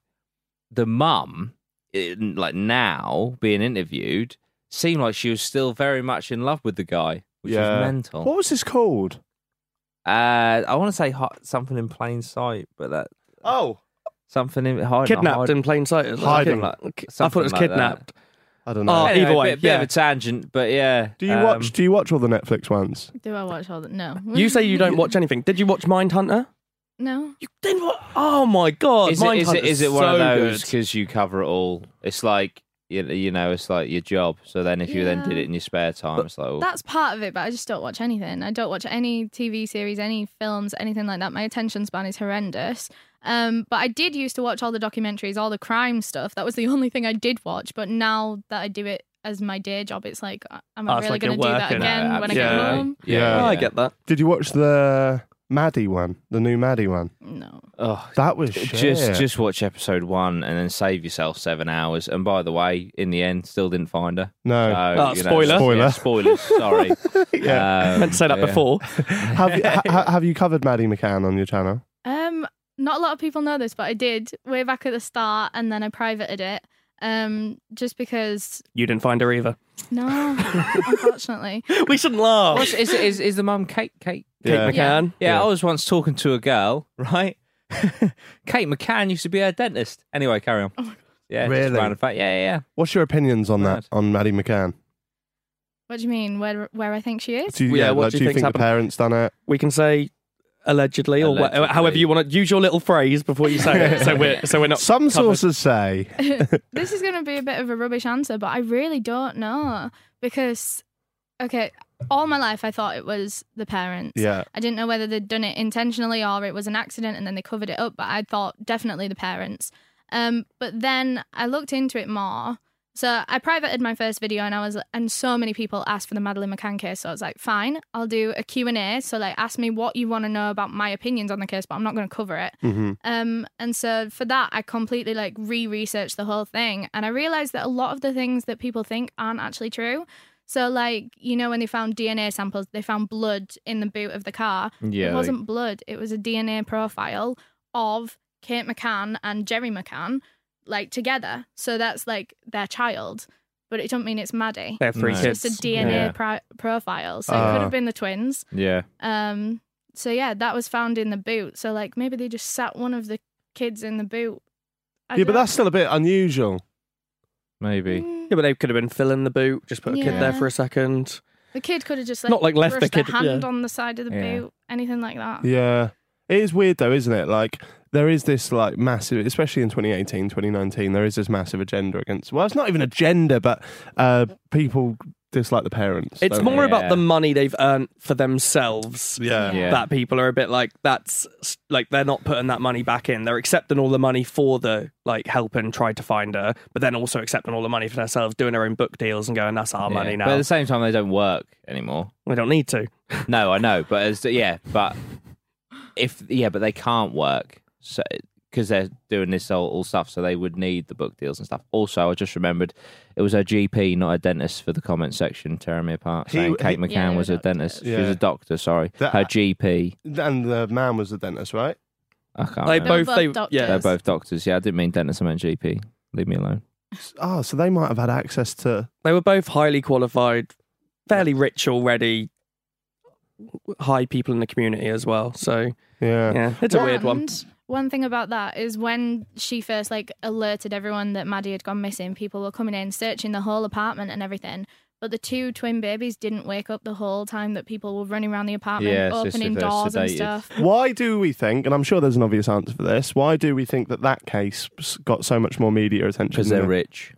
Speaker 4: the mum, in- like now being interviewed, seemed like she was still very much in love with the guy, which
Speaker 3: Yeah.
Speaker 4: was mental.
Speaker 3: What was this called?
Speaker 4: Uh, I want to say hot, something in plain sight, but that
Speaker 3: Oh,
Speaker 4: something in hide,
Speaker 5: Kidnapped
Speaker 4: hide-
Speaker 5: in plain sight. It's
Speaker 3: Hiding.
Speaker 5: Like, I thought
Speaker 4: Something
Speaker 5: it was
Speaker 4: like that.
Speaker 5: kidnapped.
Speaker 3: I don't know.
Speaker 5: Oh,
Speaker 4: Anyway,
Speaker 5: either way,
Speaker 4: bit, bit
Speaker 5: yeah.
Speaker 4: of a tangent, but yeah.
Speaker 3: do you
Speaker 4: um,
Speaker 3: watch? Do you watch all the Netflix ones?
Speaker 2: Do I watch all that? No.
Speaker 5: You say you don't watch anything. Did you watch Mindhunter?
Speaker 2: No.
Speaker 5: You didn't watch. Oh my god,
Speaker 4: Is it, is it,
Speaker 5: Mindhunter's
Speaker 4: is it one of
Speaker 5: so
Speaker 4: those
Speaker 5: good.
Speaker 4: because you cover it all? It's like you, you know, it's like your job. So then, if you then
Speaker 2: Yeah.
Speaker 4: did it in your spare time, it's like oh,
Speaker 2: That's part of it, but I just don't watch anything. I don't watch any TV series, any films, anything like that. My attention span is horrendous. Um, but I did used to watch all the documentaries, all the crime stuff. That was the only thing I did watch. But now that I do it as my day job, it's like, uh, am I
Speaker 5: Oh, it's
Speaker 2: really
Speaker 5: like
Speaker 2: going
Speaker 5: you're
Speaker 2: to do that
Speaker 5: working.
Speaker 4: No,
Speaker 2: again when I get
Speaker 4: absolutely.
Speaker 2: home?
Speaker 3: Yeah.
Speaker 5: Oh, I get that.
Speaker 3: Did you watch the Maddie one? The new Maddie one.
Speaker 2: No.
Speaker 4: Oh,
Speaker 3: That was shit.
Speaker 4: just just watch episode one and then save yourself seven hours. And by the way, in the end, still didn't find her.
Speaker 3: No.
Speaker 5: Oh,
Speaker 4: you know,
Speaker 5: spoiler.
Speaker 4: yeah, spoilers. Sorry. Um, yeah.
Speaker 5: meant to say that before.
Speaker 3: have you, ha- ha- have you covered Maddie McCann on your channel?
Speaker 2: Um, not a lot of people know this, but I did way back at the start, and then I privated it. Um, just because
Speaker 5: You didn't find her either.
Speaker 2: no, unfortunately,
Speaker 5: We shouldn't laugh.
Speaker 4: What's, is, is is the mum Kate Kate?
Speaker 5: Kate
Speaker 3: Yeah.
Speaker 5: McCann.
Speaker 4: Yeah, I was once talking to a girl, right? Kate McCann used to be her dentist. Anyway, carry on. Yeah, just
Speaker 3: Really?
Speaker 4: random fact. Yeah, yeah, yeah.
Speaker 3: What's your opinions on
Speaker 4: Mad.
Speaker 3: that on Maddie McCann?
Speaker 2: what do you mean? Where where I think she is?
Speaker 3: Do you,
Speaker 5: Yeah, what
Speaker 3: like,
Speaker 5: do you
Speaker 3: do you
Speaker 5: think's
Speaker 3: think the
Speaker 5: happened?
Speaker 3: parents done it?
Speaker 5: We can say allegedly, or wh-
Speaker 4: Allegedly.
Speaker 5: however you want to use your little phrase before you say it. So we're so we're not
Speaker 3: Some
Speaker 5: covered.
Speaker 3: sources say
Speaker 2: this is going to be a bit of a rubbish answer, but I really don't know because, okay, all my life I thought it was the parents.
Speaker 3: Yeah.
Speaker 2: I didn't know whether they'd done it intentionally or it was an accident and then they covered it up, but I thought definitely the parents. Um, but then I looked into it more. So I privated my first video and I was and so many people asked for the Madeline McCann case. So I was like, fine, I'll do a Q&A. So like ask me what you want to know about my opinions on the case, but I'm not going to cover it. Um, and so for that, I completely like re-researched the whole thing, and I realized that a lot of the things that people think aren't actually true. So like you know when they found DNA samples, they found blood in the boot of the car.
Speaker 4: Yeah,
Speaker 2: it
Speaker 4: they-
Speaker 2: wasn't blood; it was a DNA profile of Kate McCann and Jerry McCann, like together. So that's like their child, but it don't mean it's Maddie.
Speaker 5: They're three
Speaker 4: No.
Speaker 2: It's
Speaker 5: kids.
Speaker 2: just a DNA
Speaker 5: Yeah.
Speaker 2: pri- profile, so it
Speaker 3: Ah.
Speaker 2: could have been the twins.
Speaker 4: Yeah.
Speaker 2: Um, so yeah, that was found in the boot. So like maybe they just sat one of the kids in the boot. I
Speaker 3: yeah, but
Speaker 2: don't-
Speaker 3: that's still a bit unusual.
Speaker 4: Maybe.
Speaker 2: Mm,
Speaker 5: Yeah, but they could have been filling the boot, just put a kid there
Speaker 2: Yeah.
Speaker 5: for a second.
Speaker 2: the kid could have just like
Speaker 5: Not, like, left the
Speaker 2: brushed their
Speaker 5: kid-
Speaker 2: hand
Speaker 5: yeah.
Speaker 2: on the side of the
Speaker 4: Yeah.
Speaker 2: boot, anything like that.
Speaker 3: Yeah. It is weird though, isn't it? Like there is this like massive, especially in 2018, 2019, there is this massive agenda against. Well, it's not even agenda, but uh, people dislike the parents.
Speaker 5: It's
Speaker 3: don't they?
Speaker 5: more about
Speaker 4: Yeah.
Speaker 5: the money they've earned for themselves.
Speaker 3: Yeah.
Speaker 4: Yeah.
Speaker 5: That people are a bit like that's like they're not putting that money back in. They're accepting all the money for the like helping try to find her, but then also accepting all the money for themselves, doing their own book deals and going, "That's our
Speaker 4: Yeah.
Speaker 5: money now.
Speaker 4: But at the same time, they don't work anymore.
Speaker 5: we don't need to."
Speaker 4: No, I know, but as yeah, but if yeah, but they can't work so because they're doing this all, all stuff, so they would need the book deals and stuff. Also, I just remembered it was a GP, not a dentist, for the comment section tearing me apart.
Speaker 3: He-
Speaker 4: Saying
Speaker 3: he-
Speaker 4: Kate McCann
Speaker 2: Yeah, they were
Speaker 4: was a
Speaker 2: doctors.
Speaker 4: dentist. She
Speaker 3: Yeah.
Speaker 4: was a doctor. Sorry,
Speaker 3: That-
Speaker 4: her GP.
Speaker 3: And the man was the dentist, right?
Speaker 4: I can't.
Speaker 5: They
Speaker 4: remember.
Speaker 5: both,
Speaker 2: both
Speaker 5: they
Speaker 2: doctors.
Speaker 5: yeah,
Speaker 4: They're both doctors. Yeah, I didn't mean dentist. I meant GP. Leave me alone.
Speaker 3: Oh, so they might have had access to.
Speaker 5: they were both highly qualified, fairly rich already, high people in the community as well. So
Speaker 3: Yeah.
Speaker 5: yeah, it's a weird one.
Speaker 2: And One thing about that is when she first like alerted everyone that Maddie had gone missing, people were coming in searching the whole apartment and everything. But the two twin babies didn't wake up the whole time that people were running around the apartment,
Speaker 4: Yeah, it's just if
Speaker 2: opening
Speaker 4: they're
Speaker 2: doors and
Speaker 4: sedated.
Speaker 2: stuff.
Speaker 3: Why do we think, and I'm sure there's an obvious answer for this, why do we think that that case s- got so much more media attention?
Speaker 4: because
Speaker 3: than
Speaker 4: they're
Speaker 3: the-
Speaker 4: rich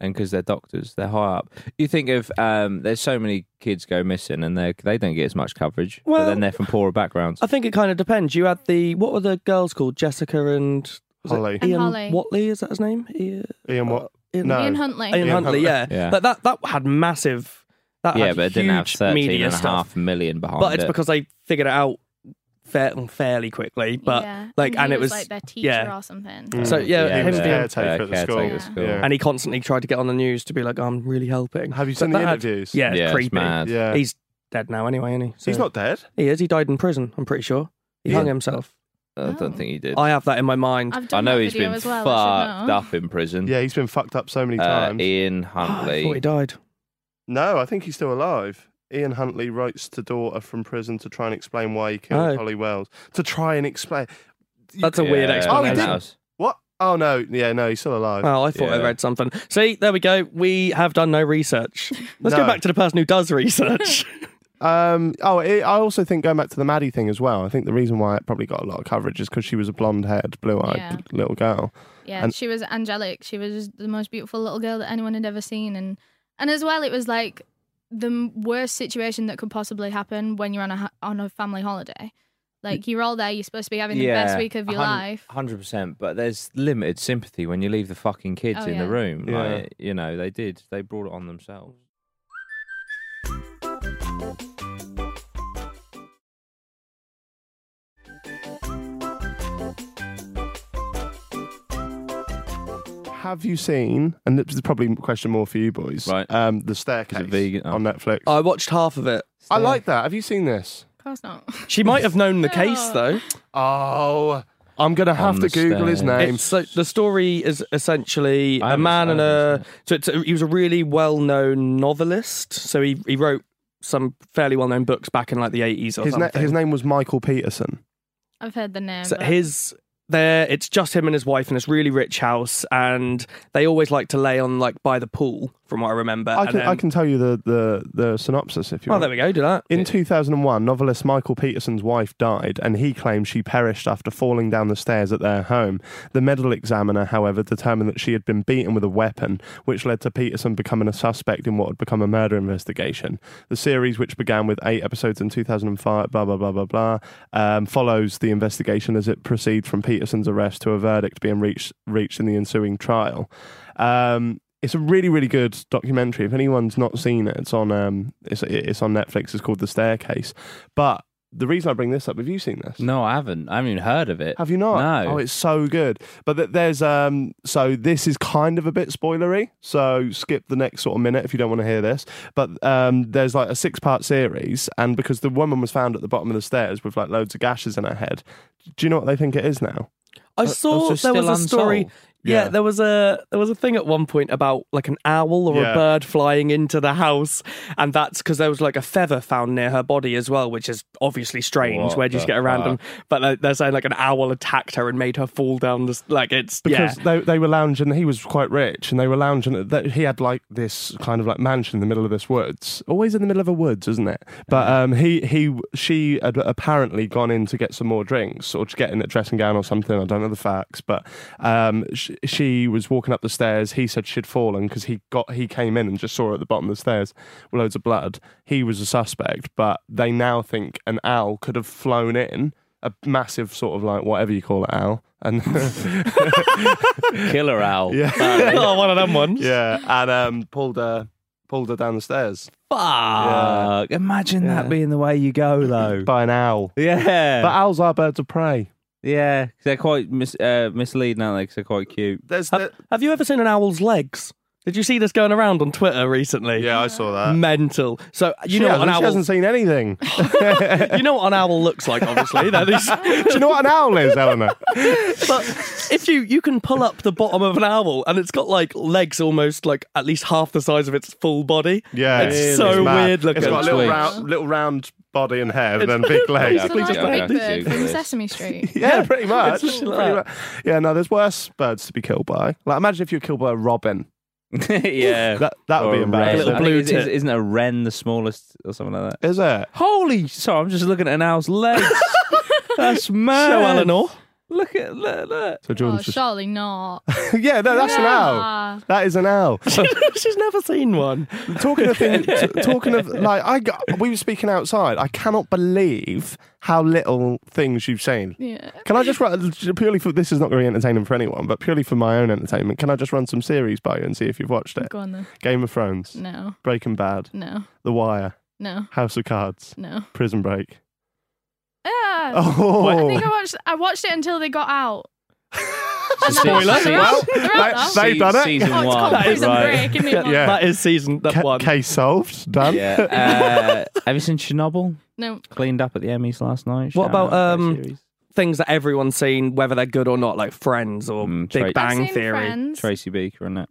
Speaker 4: and because they're doctors they're high up you think of um, there's so many kids go missing and they they don't get as much coverage but
Speaker 5: Well-
Speaker 4: then they're from poorer backgrounds
Speaker 5: I think it kind of depends. You had the what were the girls called? Jessica and was it
Speaker 3: Holly.
Speaker 2: And
Speaker 5: Ian
Speaker 2: Holly.
Speaker 5: Watley is that his name? Ian,
Speaker 3: Ian, what?
Speaker 5: Ian-
Speaker 3: No.
Speaker 2: Ian Huntley.
Speaker 5: Ian
Speaker 3: Ian
Speaker 5: Huntley,
Speaker 3: Huntley.
Speaker 5: yeah.
Speaker 4: Yeah.
Speaker 5: But that that had massive. That
Speaker 4: yeah
Speaker 5: had
Speaker 4: but it didn't have
Speaker 5: huge
Speaker 4: 13
Speaker 5: media
Speaker 4: and a
Speaker 5: stuff.
Speaker 4: half million behind
Speaker 5: But it's
Speaker 4: it.
Speaker 5: because they figured it out fair, fairly quickly. But
Speaker 2: yeah.
Speaker 5: like,
Speaker 2: and,
Speaker 5: and,
Speaker 2: he
Speaker 5: it was,
Speaker 2: like their teacher
Speaker 5: yeah.
Speaker 2: or something.
Speaker 5: So yeah,
Speaker 4: Yeah,
Speaker 5: him
Speaker 3: was
Speaker 4: yeah.
Speaker 5: being-
Speaker 3: caretaker at the
Speaker 4: Yeah,
Speaker 3: school.
Speaker 4: caretaker
Speaker 2: school.
Speaker 3: Yeah.
Speaker 5: and he constantly tried to get on the news to be like, "Oh, "I'm really helping."
Speaker 3: Have you
Speaker 5: But
Speaker 3: seen the
Speaker 5: that had-
Speaker 3: interviews?
Speaker 5: yeah, it's
Speaker 4: yeah, it's
Speaker 5: creepy.
Speaker 4: mad.
Speaker 3: Yeah.
Speaker 5: He's dead now, anyway, isn't he? So-
Speaker 3: He's not dead.
Speaker 5: He is. He died in prison. I'm pretty sure. He hung
Speaker 3: Yeah.
Speaker 5: himself.
Speaker 4: i don't think he did
Speaker 5: I have that in my mind.
Speaker 2: I've
Speaker 4: I
Speaker 2: done
Speaker 4: know
Speaker 2: that
Speaker 4: he's
Speaker 2: video
Speaker 4: been
Speaker 2: as well, I should
Speaker 4: fucked
Speaker 2: know.
Speaker 4: up in
Speaker 5: Mm.
Speaker 4: prison
Speaker 3: Yeah, he's been fucked up so many
Speaker 4: uh,
Speaker 3: times.
Speaker 4: ian
Speaker 5: I
Speaker 4: huntley
Speaker 5: thought he died.
Speaker 3: No, I think he's still alive. Ian Huntley writes to daughter from prison to try and explain why he killed
Speaker 5: Oh.
Speaker 3: Holly Wells. To try and explain
Speaker 5: That's a weird
Speaker 4: Yeah,
Speaker 3: Oh,
Speaker 5: explanation.
Speaker 4: that was-
Speaker 3: what? Oh no, yeah, no, he's still alive.
Speaker 5: Oh, I thought I
Speaker 4: Yeah.
Speaker 5: read something. See, there we go. We have done no research. Let's
Speaker 3: No.
Speaker 5: go back to the person who does research.
Speaker 3: Um, oh, it, I also think going back to the Maddie thing as well. I think the reason why it probably got a lot of coverage is because she was a blonde-haired, blue-eyed
Speaker 2: Yeah.
Speaker 3: little girl.
Speaker 2: Yeah,
Speaker 3: And-
Speaker 2: she was angelic. She was just the most beautiful little girl that anyone had ever seen, and and as well, it was like the m- worst situation that could possibly happen when you're on a ho- on a family holiday. Like you're all there, you're supposed to be having the best week of your life.
Speaker 4: 100% but there's limited sympathy when you leave the fucking kids
Speaker 2: Oh,
Speaker 4: in the
Speaker 2: yeah.
Speaker 4: room
Speaker 3: Yeah.
Speaker 4: like you know they did they brought it on themselves
Speaker 3: Have you seen? And this is probably a question more for you boys.
Speaker 4: Right.
Speaker 3: Um, the staircase
Speaker 4: vegan? Oh.
Speaker 3: on Netflix.
Speaker 5: I watched half of it.
Speaker 3: I like that. Have you seen this?
Speaker 2: Of course not.
Speaker 5: She might have known the case though.
Speaker 3: Oh, I'm gonna have to
Speaker 4: On the
Speaker 3: Google his
Speaker 4: stairs.
Speaker 3: name.
Speaker 5: It's so the story is essentially
Speaker 4: I
Speaker 5: a
Speaker 4: haven't-
Speaker 5: man
Speaker 4: I
Speaker 5: and a
Speaker 4: haven't
Speaker 5: so it's a, he was a really well-known novelist. So he he wrote some fairly well-known books back in like the 80s or
Speaker 3: His, na-
Speaker 5: something.
Speaker 3: his name was Michael Peterson.
Speaker 2: I've heard the name.
Speaker 5: so
Speaker 2: but
Speaker 5: his there it's just him and his wife in this really rich house and they always like to lay on like by the pool from what i remember
Speaker 3: I
Speaker 5: and
Speaker 3: can,
Speaker 5: then-
Speaker 3: I can tell you the, the, the synopsis if you
Speaker 5: oh
Speaker 3: want.
Speaker 5: there we go do that
Speaker 3: In 2001, novelist Michael Peterson's wife died, and he claimed she perished after falling down the stairs at their home. The medical examiner, however, determined that she had been beaten with a weapon, which led to Peterson becoming a suspect in what had become a murder investigation. The series, which began with eight episodes in 2005, blah, blah, blah, blah, blah, um, follows the investigation as it proceeds from Peterson's arrest to a verdict being reached, reached in the ensuing trial. Um, it's a really really good documentary. If anyone's not seen it, it's on um, it's it's on Netflix. It's called The Staircase. But the reason I bring this up, have you seen this?
Speaker 4: No, I haven't. I haven't even heard of it.
Speaker 3: Have you not?
Speaker 4: No.
Speaker 3: Oh, it's so good. But th- there's um, so this is kind of a bit spoilery. So skip the next sort of minute if you don't want to hear this. But um, there's like a six part series, and because the woman was found at the bottom of the stairs with like loads of gashes in her head, do you know what they think it is now? uh,
Speaker 5: i
Speaker 4: those are
Speaker 5: saw there was
Speaker 4: still
Speaker 5: a story
Speaker 4: unsolved.
Speaker 5: yeah,
Speaker 3: Yeah.
Speaker 5: there was a there was a thing at one point about like an owl or
Speaker 3: Yeah.
Speaker 5: a bird flying into the house, and that's because there was like a feather found near her body as well, which is obviously strange.
Speaker 4: What
Speaker 5: Where do you
Speaker 4: the
Speaker 5: get a random? But like, they're saying like an owl attacked her and made her fall down this. Like it's
Speaker 3: because
Speaker 5: yeah.
Speaker 3: they, they were lounging. He was quite rich, and they were lounging. At that he had like this kind of like mansion in the middle of this woods, always in the middle of a woods, isn't it? But um, he he she had apparently gone in to get some more drinks or to get in a dressing gown or something. I don't know the facts, but um, sh- she was walking up the stairs. He said she'd fallen because he got he came in and just saw her at the bottom of the stairs with loads of blood. He was a suspect, but they now think an owl could have flown in. A massive sort of like whatever you call it, owl, and
Speaker 4: Killer Owl.
Speaker 3: Yeah.
Speaker 5: oh, one of them ones.
Speaker 3: Yeah, and um, pulled her pulled her down the stairs
Speaker 4: Fuck. Imagine that being the way you go, though.
Speaker 3: by an owl.
Speaker 4: yeah.
Speaker 3: But owls are birds of prey.
Speaker 4: yeah. 'Cause They're quite mis- uh, misleading, aren't they? 'Cause they're quite cute.
Speaker 3: There's
Speaker 5: Have, have you ever seen an owl's legs? Did you see this going around on Twitter recently?
Speaker 3: yeah, I saw that.
Speaker 5: Mental. So you know
Speaker 3: she,
Speaker 5: what an
Speaker 3: hasn't, Mm. she
Speaker 5: owl.
Speaker 3: hasn't seen anything. Do
Speaker 5: You know what an owl looks like. Obviously, They're these-
Speaker 3: you know what an owl is, Eleanor?
Speaker 5: But if you you can pull up the bottom of an owl and it's got like legs almost like at least half the size of its full body.
Speaker 3: Yeah,
Speaker 5: It's so
Speaker 3: mad.
Speaker 5: weird looking.
Speaker 3: It's got a little
Speaker 4: Twigs.
Speaker 3: round, little round body and hair, and then big legs.
Speaker 2: It's
Speaker 4: Basically
Speaker 2: like
Speaker 4: just
Speaker 2: a
Speaker 4: like
Speaker 2: big
Speaker 4: this.
Speaker 2: bird from Sesame Street.
Speaker 3: Yeah, pretty much.
Speaker 5: It's literally
Speaker 3: Pretty
Speaker 5: like
Speaker 3: much. Yeah, no, there's worse birds to be killed by. Like, imagine if you were killed by a robin.
Speaker 4: yeah.
Speaker 3: That that would
Speaker 4: Or
Speaker 3: be
Speaker 4: a
Speaker 3: embarrassing.
Speaker 4: wren.
Speaker 5: Little
Speaker 4: I think
Speaker 5: blue
Speaker 4: is- is-
Speaker 5: tit.
Speaker 4: Isn't a wren the smallest or something like that?
Speaker 3: Is it?
Speaker 4: Holy, sorry, I'm just looking at an owl's legs. That's mad.
Speaker 5: Show Eleanor.
Speaker 4: Look at look, look.
Speaker 3: So
Speaker 2: Oh,
Speaker 3: Jordan's
Speaker 2: surely not.
Speaker 3: just yeah, no, that's an owl.
Speaker 2: Ah.
Speaker 3: That is an owl.
Speaker 5: She's never seen one.
Speaker 3: talking of thing, t- talking of like I got, we were speaking outside. I cannot believe how little things you've seen.
Speaker 2: Yeah.
Speaker 3: Can I just run purely for this is not going to be entertaining for anyone, but purely for my own entertainment? Can I just run some series by you and see if you've watched it?
Speaker 2: Go on then.
Speaker 3: Game of Thrones,
Speaker 2: No,
Speaker 3: Breaking Bad,
Speaker 2: no,
Speaker 3: The Wire,
Speaker 2: no,
Speaker 3: House of Cards,
Speaker 2: no.
Speaker 3: Prison Break.
Speaker 2: Ah,
Speaker 3: Oh,
Speaker 2: I think I watched. I watched it until they got out.
Speaker 4: Spoiler.
Speaker 2: They're out. They're out now.
Speaker 3: They- they've done it.
Speaker 4: Season
Speaker 2: Oh, it's
Speaker 4: one.
Speaker 2: called Prison
Speaker 4: right.
Speaker 2: Break. Isn't it?
Speaker 3: Yeah.
Speaker 5: That is season that
Speaker 3: Ca-
Speaker 5: one.
Speaker 3: case solved. Done.
Speaker 4: Yeah. Uh, have you seen Chernobyl?
Speaker 2: No.
Speaker 4: Cleaned up at the Emmys last night.
Speaker 5: What
Speaker 4: Shout out
Speaker 5: about,
Speaker 4: to that
Speaker 5: um,
Speaker 4: series.
Speaker 5: Things that everyone's seen, whether they're good or not, like Friends or
Speaker 4: Mm,
Speaker 5: Big
Speaker 4: Tra- I've
Speaker 5: Bang
Speaker 2: I've seen
Speaker 5: Theory.
Speaker 2: Friends.
Speaker 4: Tracy Beaker and that?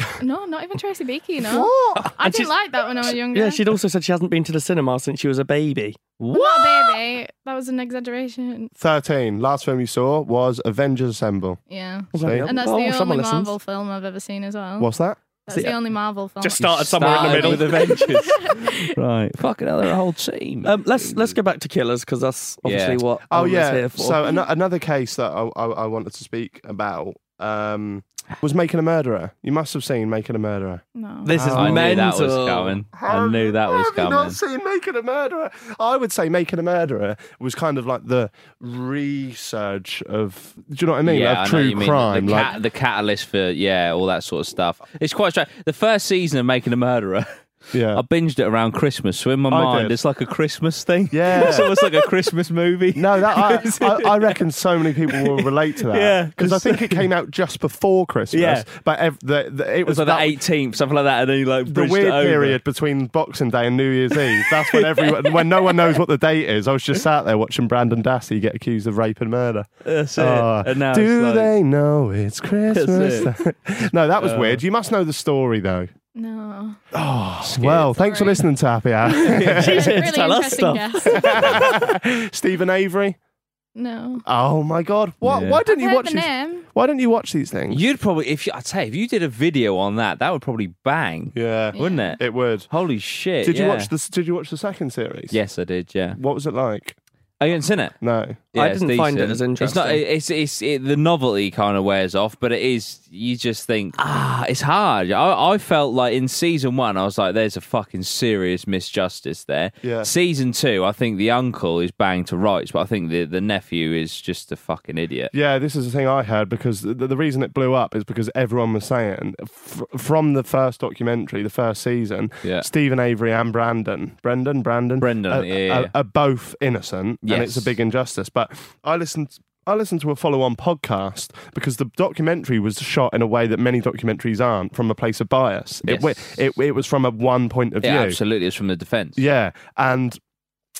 Speaker 2: No, not even Tracy Beaky. No,
Speaker 3: What?
Speaker 2: I
Speaker 5: And
Speaker 2: didn't
Speaker 5: she's-
Speaker 2: like that when I was younger.
Speaker 5: Yeah, she'd also said she hasn't been to the cinema since she was a baby.
Speaker 2: What a baby. That was an exaggeration.
Speaker 3: Thirteen. Last film you saw was Avengers Assemble.
Speaker 2: Yeah.
Speaker 3: See?
Speaker 2: And that's
Speaker 5: Oh,
Speaker 2: the
Speaker 5: someone
Speaker 2: only
Speaker 5: listens.
Speaker 2: Marvel film I've ever seen as well.
Speaker 3: What's that?
Speaker 2: That's the only Marvel film.
Speaker 5: Just started somewhere in the middle.
Speaker 4: with Avengers. right. Fucking hell, they're a whole team.
Speaker 5: Um, let's let's go back to Killers because that's obviously
Speaker 4: Yeah.
Speaker 5: what
Speaker 3: Oh
Speaker 5: Eleanor's
Speaker 3: yeah.
Speaker 5: here for.
Speaker 3: So an- another case that I, I, I wanted to speak about um, was making a murderer. You must have seen making a murderer.
Speaker 2: No.
Speaker 5: this is
Speaker 3: Oh.
Speaker 4: Ah, I knew
Speaker 5: mental.
Speaker 4: that was coming. I knew that was
Speaker 3: Have you not
Speaker 4: coming.
Speaker 3: seen making a murderer? I would say making a murderer was kind of like the research of. Do you know what I mean?
Speaker 4: Yeah, I
Speaker 3: of
Speaker 4: know
Speaker 3: true
Speaker 4: you mean.
Speaker 3: crime.
Speaker 4: The,
Speaker 3: like
Speaker 4: cat- the catalyst for yeah, all that sort of stuff. It's quite strange. The first season of Making a Murderer,
Speaker 3: yeah.
Speaker 4: I binged it around Christmas. So in my
Speaker 3: I
Speaker 4: mind,
Speaker 3: did.
Speaker 4: it's like a Christmas thing.
Speaker 3: Yeah.
Speaker 4: it's almost like a Christmas movie.
Speaker 3: no, that I, I, I reckon so many people will relate to that.
Speaker 4: Yeah,
Speaker 3: because I
Speaker 4: it's-
Speaker 3: think it came out just before Christmas.
Speaker 4: Yeah.
Speaker 3: but ev- the, the, it
Speaker 4: It was
Speaker 3: was
Speaker 4: like
Speaker 3: that-
Speaker 4: the 18th, something like that, and then you like
Speaker 3: the
Speaker 4: bridged
Speaker 3: weird
Speaker 4: it over.
Speaker 3: period between Boxing Day and New Year's Eve. That's when everyone, when no one knows what the date is. I was just sat there watching Brandon Dassey get accused of rape and murder.
Speaker 4: That's it.
Speaker 3: Oh,
Speaker 4: Uh, and now
Speaker 3: do
Speaker 4: it's like,
Speaker 3: they know it's Christmas? no, that was
Speaker 4: Uh,
Speaker 3: weird. You must know the story though.
Speaker 2: No.
Speaker 3: Well, thanks for
Speaker 2: Sorry.
Speaker 3: listening to Happy Hour.
Speaker 5: She's here to
Speaker 2: really
Speaker 5: tell us
Speaker 2: interesting
Speaker 5: stuff.
Speaker 2: guess.
Speaker 3: Stephen Avery,
Speaker 2: No.
Speaker 3: Oh my god! What?
Speaker 4: Yeah.
Speaker 3: Why didn't you
Speaker 2: Heard
Speaker 3: watch
Speaker 2: the
Speaker 3: these?
Speaker 2: name.
Speaker 3: Why don't you watch these things?
Speaker 4: You'd probably if you, I'd say if you did a video on that, that would probably bang,
Speaker 3: yeah,
Speaker 4: wouldn't it?
Speaker 3: it would.
Speaker 4: Holy shit!
Speaker 3: Did you
Speaker 4: yeah.
Speaker 3: watch the? Did you watch the second series?
Speaker 4: Yes, I did. Yeah.
Speaker 3: What was it like?
Speaker 4: Have you haven't seen it?
Speaker 3: No.
Speaker 5: I
Speaker 4: it's
Speaker 5: didn't find it
Speaker 4: decent.
Speaker 5: as
Speaker 4: It's not.
Speaker 5: interesting.
Speaker 4: It's it's it, the novelty kind of wears off, but it is. You just think, ah, it's hard. I, I felt like in season one, I was like, there's a fucking serious misjustice there.
Speaker 3: Yeah.
Speaker 4: Season two, I think the uncle is banged to rights, but I think the the nephew is just a fucking idiot.
Speaker 3: Yeah, this is the thing I heard because the, the reason it blew up is because everyone was saying f- from the first documentary, the first season,
Speaker 4: Yeah.
Speaker 3: Stephen Avery and Brandon, Brendan, Brandon,
Speaker 4: Brendan,
Speaker 3: are,
Speaker 4: yeah, yeah,
Speaker 3: are-
Speaker 4: yeah.
Speaker 3: are both innocent, and it's a
Speaker 4: Yes.
Speaker 3: big injustice. But I listened. I listened to a follow-on podcast because the documentary was shot in a way that many documentaries aren't, from a place of bias. It wa-
Speaker 4: Yes.
Speaker 3: It, it, was from a one point of
Speaker 4: Yeah,
Speaker 3: view.
Speaker 4: absolutely. It's from the defense.
Speaker 3: Yeah, and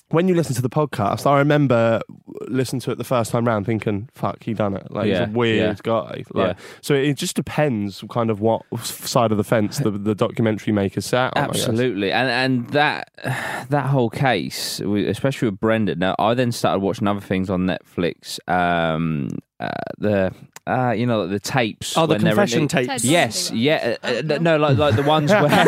Speaker 3: when you listen to the podcast, I remember listening to it the first time round, thinking, "Fuck, he done it." Like
Speaker 4: Yeah,
Speaker 3: he's a weird
Speaker 4: yeah.
Speaker 3: guy. Like, So it just depends, kind of what side of the fence the, the documentary maker sat on. I guess.
Speaker 4: Absolutely, and and that that whole case, we- especially with Brendan. Now, I then started watching other things on Netflix. Um, uh, the uh, you know the tapes.
Speaker 5: Oh, the
Speaker 4: when they're in
Speaker 5: confession
Speaker 4: the-
Speaker 5: tapes.
Speaker 4: Yes,
Speaker 2: Ted Bundy
Speaker 4: yeah, uh, uh, no, like like the ones where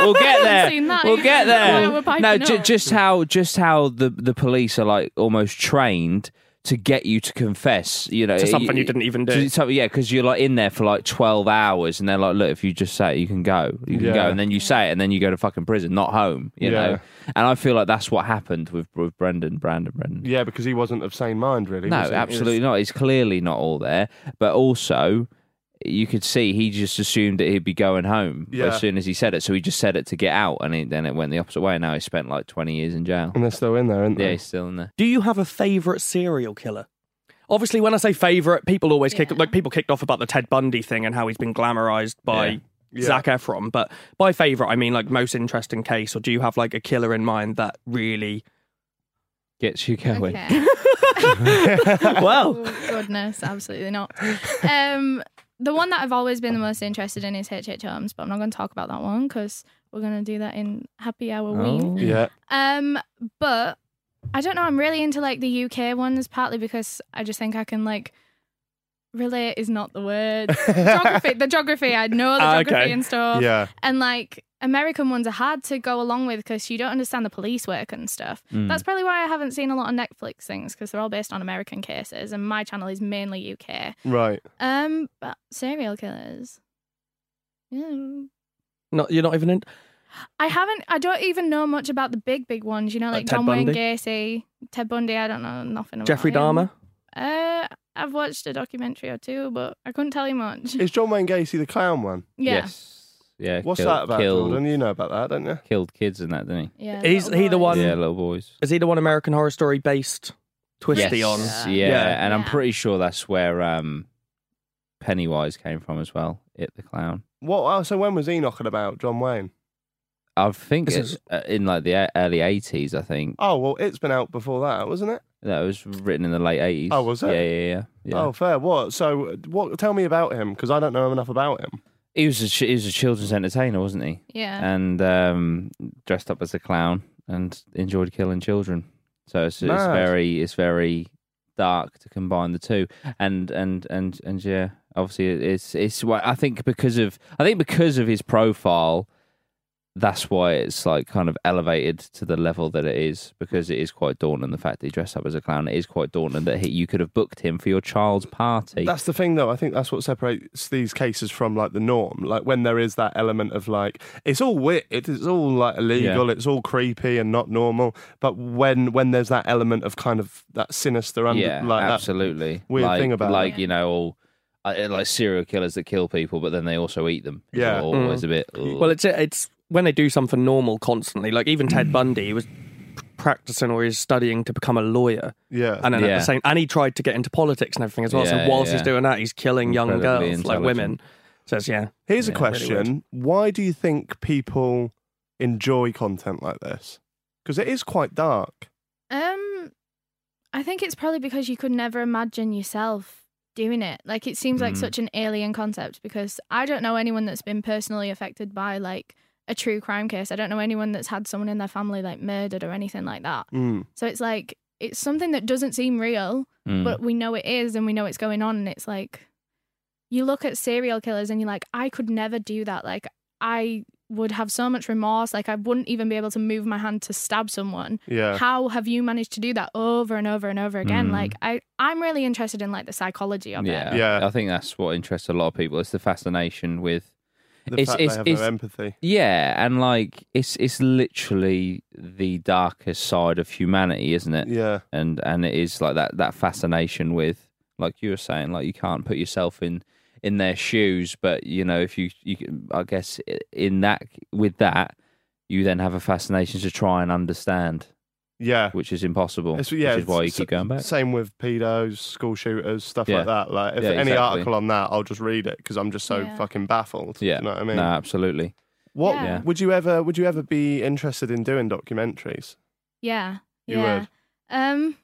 Speaker 4: we'll get
Speaker 2: seen
Speaker 4: there.
Speaker 2: that
Speaker 4: We'll
Speaker 2: either.
Speaker 4: get
Speaker 2: Why
Speaker 4: there.
Speaker 2: we're piping
Speaker 4: No, ju-
Speaker 2: up.
Speaker 4: just how just how the the police are like almost trained to get you to confess. You know,
Speaker 5: To something you didn't even do.
Speaker 4: to something- yeah, because you're like in there for like twelve hours, and they're like, "Look, if you just say it, you can go, you can
Speaker 3: Yeah.
Speaker 4: go," and then you say it, and then you go to fucking prison, not home. You
Speaker 3: Yeah.
Speaker 4: know, and I feel like that's what happened with with Brendan, Brandon, Brendan.
Speaker 3: Yeah, because he wasn't of sane mind, really.
Speaker 4: No,
Speaker 3: was he?
Speaker 4: absolutely not. It's clearly not all there. But also, you could see he just assumed that he'd be going home
Speaker 3: Yeah.
Speaker 4: as soon as he said it. So he just said it to get out, and it, then it went the opposite way. And now he spent like 20 years in
Speaker 5: Oh
Speaker 4: jail.
Speaker 3: And they're still in there, aren't
Speaker 4: Yeah,
Speaker 3: they?
Speaker 4: he's still in there.
Speaker 5: Do you have a favourite serial killer? Obviously, when I say favourite, people always kick like people kicked off about the Ted Bundy thing and how he's been glamorized by
Speaker 4: Yeah.
Speaker 5: Zac Efron. But by favourite, I mean like most interesting case. Or do you have like a killer in mind that really?
Speaker 4: Gets you going.
Speaker 2: Okay.
Speaker 5: well,
Speaker 2: Oh, goodness, absolutely not. Um, the one that I've always been the most interested in is HH Holmes, but I'm not going to talk about that one because we're going to do that in Happy Hour Ween.
Speaker 4: Oh.
Speaker 3: Yeah,
Speaker 2: Um, but I don't know. I'm really into like the UK ones, partly because I just think I can like relate is not the word. geography, the geography. I know the
Speaker 5: Ah,
Speaker 2: geography
Speaker 5: okay.
Speaker 2: and stuff.
Speaker 3: yeah.
Speaker 2: And like American ones are hard to go along with because you don't understand the police work and stuff.
Speaker 5: Mm.
Speaker 2: That's probably why I haven't seen a lot of Netflix things because they're all based on American cases, and my channel is mainly UK.
Speaker 3: Right.
Speaker 2: Um, but serial killers. Yeah.
Speaker 5: not you're not even in.
Speaker 2: I haven't. I don't even know much about the big, big ones. You know,
Speaker 5: Like
Speaker 2: like
Speaker 5: Ted
Speaker 2: John Wayne
Speaker 5: Bundy?
Speaker 2: Gacy, Ted Bundy. I don't know nothing about
Speaker 5: Jeffrey
Speaker 2: him.
Speaker 5: Dahmer.
Speaker 2: Uh, I've watched a documentary or two, but I couldn't tell you much.
Speaker 3: Is John Wayne Gacy the clown one?
Speaker 2: Yeah,
Speaker 4: Yes. Yeah.
Speaker 3: What's
Speaker 4: killed-
Speaker 3: that about,
Speaker 4: Killed,
Speaker 3: Jordan? You know about that, don't you?
Speaker 4: killed kids and that, didn't
Speaker 2: yeah.
Speaker 5: Is
Speaker 2: little
Speaker 5: he the
Speaker 2: boys.
Speaker 5: one-
Speaker 4: he?
Speaker 5: Um,
Speaker 4: Yeah, little boys.
Speaker 5: Is he the one American Horror Story based twisty
Speaker 4: yes.
Speaker 5: on?
Speaker 4: Yeah.
Speaker 5: Yeah.
Speaker 4: And I'm
Speaker 2: Yeah.
Speaker 4: pretty sure that's where um, Pennywise came from as well. It the clown.
Speaker 3: What? Oh, so when was he knocking about John Wayne?
Speaker 4: I think
Speaker 5: This
Speaker 4: it's
Speaker 5: is-
Speaker 4: uh, in like the e- early 80s, I think.
Speaker 3: Oh well, it's been out before that, wasn't it?
Speaker 4: That was written in the late eighties.
Speaker 3: Oh, was it?
Speaker 4: Yeah, yeah, yeah. yeah.
Speaker 3: Oh, fair. What? So what? Tell me about him because I don't know enough about him.
Speaker 4: he was a ch- he was a children's entertainer, wasn't he?
Speaker 2: Yeah.
Speaker 4: And um, dressed up as a clown and enjoyed killing children. So it's, it's
Speaker 3: Mad.
Speaker 4: very it's very dark to combine the two. And and and and yeah, obviously it's it's why I think because of I think because of his profile. That's why it's like kind of elevated to the level that it is because it is quite daunting. The fact that he dressed up as a clown, it is quite daunting that he, you could have booked him for your child's party.
Speaker 3: That's the thing, though. I think that's what separates these cases from like the norm. Like when there is that element of like it's all wit, it's all like illegal, it's all creepy and not normal. But when when there's that element of kind of that sinister, under,
Speaker 4: yeah,
Speaker 3: like that-
Speaker 4: absolutely.
Speaker 3: weird
Speaker 4: like,
Speaker 3: thing about
Speaker 4: like you know all uh, like serial killers that kill people, but then they also eat them. It's
Speaker 3: Yeah.
Speaker 4: always a bit.
Speaker 5: Well, it's it's when they do something normal constantly. Like even
Speaker 4: Mm.
Speaker 5: Ted Bundy he was practicing or he's studying to become a lawyer.
Speaker 3: yeah,
Speaker 5: and then at
Speaker 4: Yeah.
Speaker 5: the same, and he tried to get into politics and everything as well.
Speaker 4: Yeah,
Speaker 5: so whilst
Speaker 4: yeah.
Speaker 5: he's doing that, he's killing young
Speaker 4: Incredibly
Speaker 5: girls, like women. So it's, yeah,
Speaker 3: Here's a
Speaker 5: Yeah, really
Speaker 3: question: Why do you think people enjoy content like this? Because it is quite dark.
Speaker 2: Um, I think it's probably because you could never imagine yourself doing it. Like it seems like
Speaker 4: Mm.
Speaker 2: such an alien concept because I don't know anyone that's been personally affected by like a true crime case. I don't know anyone that's had someone in their family like murdered or anything like that.
Speaker 3: Mm.
Speaker 2: So it's like it's something that doesn't seem real,
Speaker 4: Mm.
Speaker 2: but we know it is and we know it's going on. And it's like, you look at serial killers and you're like, I could never do that. Like, I would have so much remorse. Like, I wouldn't even be able to move my hand to stab someone.
Speaker 3: Yeah.
Speaker 2: How have you managed to do that over and over and over again?
Speaker 4: Mm.
Speaker 2: Like, I, I'm really interested in like the psychology of it.
Speaker 4: yeah,
Speaker 3: Yeah.
Speaker 4: I think that's what interests a lot of people. It's the fascination with
Speaker 3: The
Speaker 4: It's-
Speaker 3: fact
Speaker 4: it's-
Speaker 3: they have
Speaker 4: it's-
Speaker 3: no empathy.
Speaker 4: yeah, and like it's it's literally the darkest side of humanity, isn't it?
Speaker 3: Yeah.
Speaker 4: and and it is like that that fascination with like you were saying like you can't put yourself in in their shoes but you know if you you can- i guess i- in that with that you then have a fascination to try and understand
Speaker 3: Yeah.
Speaker 4: which is impossible
Speaker 3: It's- yeah,
Speaker 4: which is why you
Speaker 3: it's-
Speaker 4: keep going back
Speaker 3: Same with pedos, school shooters, stuff
Speaker 4: Yeah.
Speaker 3: like that. Like, if
Speaker 4: Yeah,
Speaker 3: any
Speaker 4: exactly.
Speaker 3: article on that, I'll just read it because I'm just so
Speaker 2: Yeah.
Speaker 3: fucking baffled.
Speaker 4: yeah
Speaker 3: you know what I mean.
Speaker 4: no absolutely
Speaker 3: What
Speaker 2: Yeah.
Speaker 3: would you ever? Would you ever be interested in doing documentaries?
Speaker 2: Yeah.
Speaker 3: You
Speaker 2: yeah.
Speaker 3: would.
Speaker 2: Um,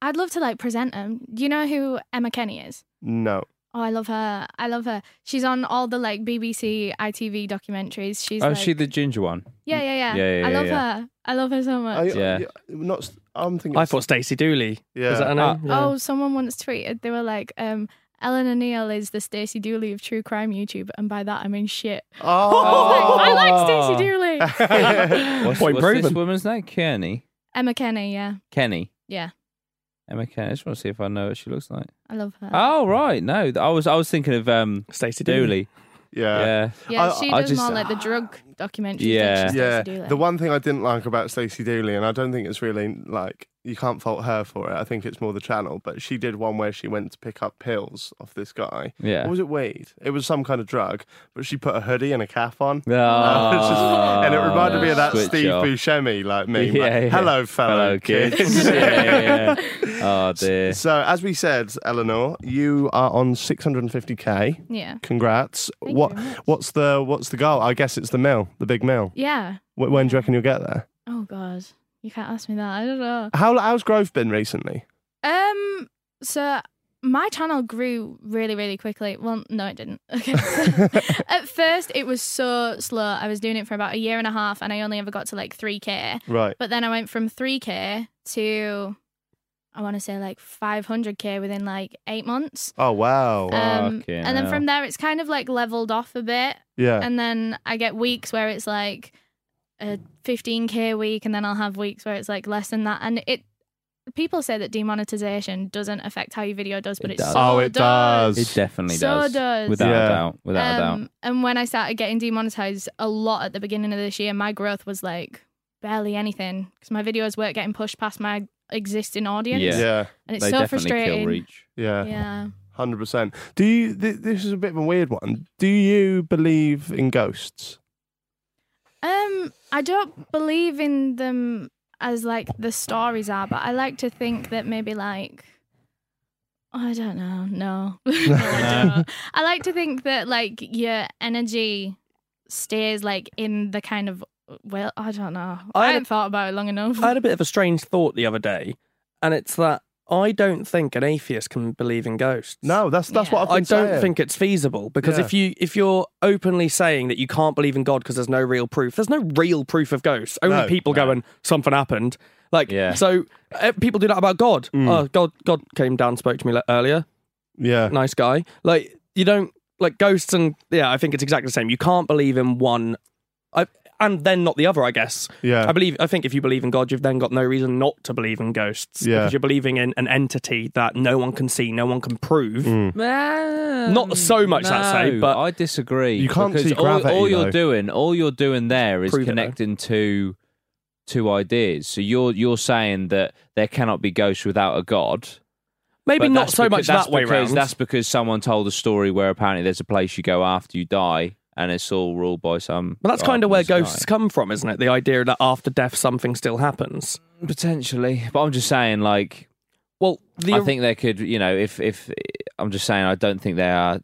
Speaker 2: I'd love to like present them. Do you know who Emma Kenny is?
Speaker 3: No.
Speaker 2: Oh, I love her. I love her. She's on all the like BBC, ITV documentaries. She's
Speaker 4: oh
Speaker 2: like,
Speaker 4: she the ginger one
Speaker 2: yeah, yeah, yeah.
Speaker 4: Yeah, yeah,
Speaker 2: I
Speaker 4: yeah,
Speaker 2: love
Speaker 4: yeah.
Speaker 2: her. I love her so
Speaker 3: I,
Speaker 2: much.
Speaker 4: Yeah.
Speaker 3: I, not. s- I'm thinking.
Speaker 5: I thought Stacey Dooley.
Speaker 3: Yeah.
Speaker 5: Is that her
Speaker 4: Ah.
Speaker 5: name? Yeah.
Speaker 2: Oh, someone once tweeted they were like, um, Ellen O'Neill is the Stacey Dooley of true crime YouTube, and by that I mean shit.
Speaker 3: Oh.
Speaker 2: I like Stacey Dooley.
Speaker 4: what's,
Speaker 5: Point
Speaker 4: what's this
Speaker 5: proven.
Speaker 4: woman's name kenny
Speaker 2: Emma Kenny, yeah,
Speaker 4: kenny
Speaker 2: yeah.
Speaker 4: emma kenny i just want to see if i know what she looks like
Speaker 2: I love her.
Speaker 4: oh right no th- i was i was thinking of um
Speaker 5: Stacey Dooley.
Speaker 4: dooley
Speaker 3: yeah.
Speaker 4: yeah
Speaker 2: yeah,
Speaker 3: I-
Speaker 2: she
Speaker 4: I
Speaker 2: does
Speaker 4: just-
Speaker 2: more like the drug documentaries.
Speaker 4: Yeah.
Speaker 2: than she,
Speaker 3: Yeah.
Speaker 2: Stacey Dooley.
Speaker 3: The one thing I didn't like about Stacey Dooley, and I don't think it's really like you can't fault her for it. I think it's more the channel. But she did one where she went to pick up pills off this guy.
Speaker 4: yeah
Speaker 3: Or was it weed? It was some kind of drug, but she put a hoodie and a cap on.
Speaker 4: No.
Speaker 3: It's just- and it reminded me of that
Speaker 4: Ah, Switch
Speaker 3: Steve
Speaker 4: off.
Speaker 3: Buscemi like me.
Speaker 4: Yeah, yeah.
Speaker 3: Hello, fellow,
Speaker 4: Hello,
Speaker 3: kids.
Speaker 4: kids. yeah, yeah, yeah. Oh dear.
Speaker 3: So, as we said, Eleanor, you are on 650k.
Speaker 2: yeah,
Speaker 3: Congrats.
Speaker 2: Thank you
Speaker 3: what
Speaker 2: very much.
Speaker 3: what's the what's the goal? I guess it's the mill, the big mill.
Speaker 2: yeah.
Speaker 3: Wh- When do you reckon you'll get there?
Speaker 2: Oh god, you can't ask me that. I don't know.
Speaker 3: How how's growth been recently?
Speaker 2: Um, so my channel grew really, really quickly. Well, no, it didn't. Okay. At first, it was so slow. I was doing it for about a year and a half, and I only ever got to like 3K.
Speaker 3: Right.
Speaker 2: But then I went from 3K to, I want to say like 500K within like eight months.
Speaker 3: Oh wow.
Speaker 2: Um,
Speaker 4: Fucking
Speaker 2: and then
Speaker 4: hell.
Speaker 2: from there, it's kind of like leveled off a bit.
Speaker 3: yeah.
Speaker 2: And then I get weeks where it's like a 15k week, and then I'll have weeks where it's like less than that. And it, people say that demonetization doesn't affect how your video does, but
Speaker 4: It
Speaker 2: it,
Speaker 4: does.
Speaker 2: so
Speaker 3: Oh, it does.
Speaker 4: It definitely
Speaker 2: So
Speaker 4: does.
Speaker 2: does.
Speaker 4: Without
Speaker 3: Yeah.
Speaker 4: a doubt. Without a doubt.
Speaker 2: Um, and when I started getting demonetized a lot at the beginning of this year, my growth was like barely anything because my videos weren't getting pushed past my existing audience,
Speaker 4: Yeah.
Speaker 3: yeah.
Speaker 2: and it's
Speaker 4: They
Speaker 2: so
Speaker 4: definitely
Speaker 2: frustrating.
Speaker 4: kill reach.
Speaker 3: Yeah.
Speaker 2: Yeah.
Speaker 3: 100%. Do you th- this is a bit of a weird one. Do you believe in ghosts?
Speaker 2: Um, I don't believe in them as like the stories are, but I like to think that maybe like I don't know, no. No, I, don't. I like to think that like your energy stays like in the kind of well, I don't know.
Speaker 5: I
Speaker 2: I,
Speaker 5: had a-
Speaker 2: haven't thought about it long enough.
Speaker 5: I had a bit of a strange thought the other day, and it's that I don't think an atheist can believe in ghosts.
Speaker 3: No, that's that's what
Speaker 2: Yeah.
Speaker 3: I've been
Speaker 5: I don't
Speaker 3: saying.
Speaker 5: think it's feasible because
Speaker 3: Yeah.
Speaker 5: if you if you're openly saying that you can't believe in God because there's no real proof, there's no real proof of ghosts. Only
Speaker 3: No,
Speaker 5: people going something happened. Like
Speaker 4: Yeah.
Speaker 5: so, eh, people do that about God.
Speaker 3: Mm.
Speaker 5: Oh, God, God came down, and spoke to me le- earlier.
Speaker 3: Yeah.
Speaker 5: Nice guy. Like you don't like ghosts and yeah. I think it's exactly the same. You can't believe in one, I, and then not the other. I guess.
Speaker 3: Yeah.
Speaker 5: I believe. I think if you believe in God, you've then got no reason not to believe in ghosts.
Speaker 3: Yeah.
Speaker 5: Because you're believing in an entity that no one can see, no one can prove.
Speaker 3: Mm.
Speaker 5: Not so much, I'd say,
Speaker 4: No,
Speaker 5: but-
Speaker 4: I disagree.
Speaker 3: You can't
Speaker 4: because
Speaker 3: see
Speaker 4: all,
Speaker 3: gravity,
Speaker 4: all you're
Speaker 3: though.
Speaker 4: doing, all you're doing there is
Speaker 5: Prove it, though.
Speaker 4: connecting to two ideas. So you're you're saying that there cannot be ghosts without a god.
Speaker 5: Maybe
Speaker 4: But
Speaker 5: not
Speaker 4: that's
Speaker 5: so
Speaker 4: becau-
Speaker 5: much
Speaker 4: that's
Speaker 5: that way
Speaker 4: because,
Speaker 5: round.
Speaker 4: That's because someone told a story where apparently there's a place you go after you die, and it's all ruled by some.
Speaker 5: But that's
Speaker 4: god
Speaker 5: kind of
Speaker 4: in
Speaker 5: where
Speaker 4: the sky.
Speaker 5: ghosts come from, isn't it? The idea that after death something still happens.
Speaker 4: potentially. But I'm just saying, like,
Speaker 5: Well, the
Speaker 4: I think they could, you know, if if I'm just saying, I don't think they are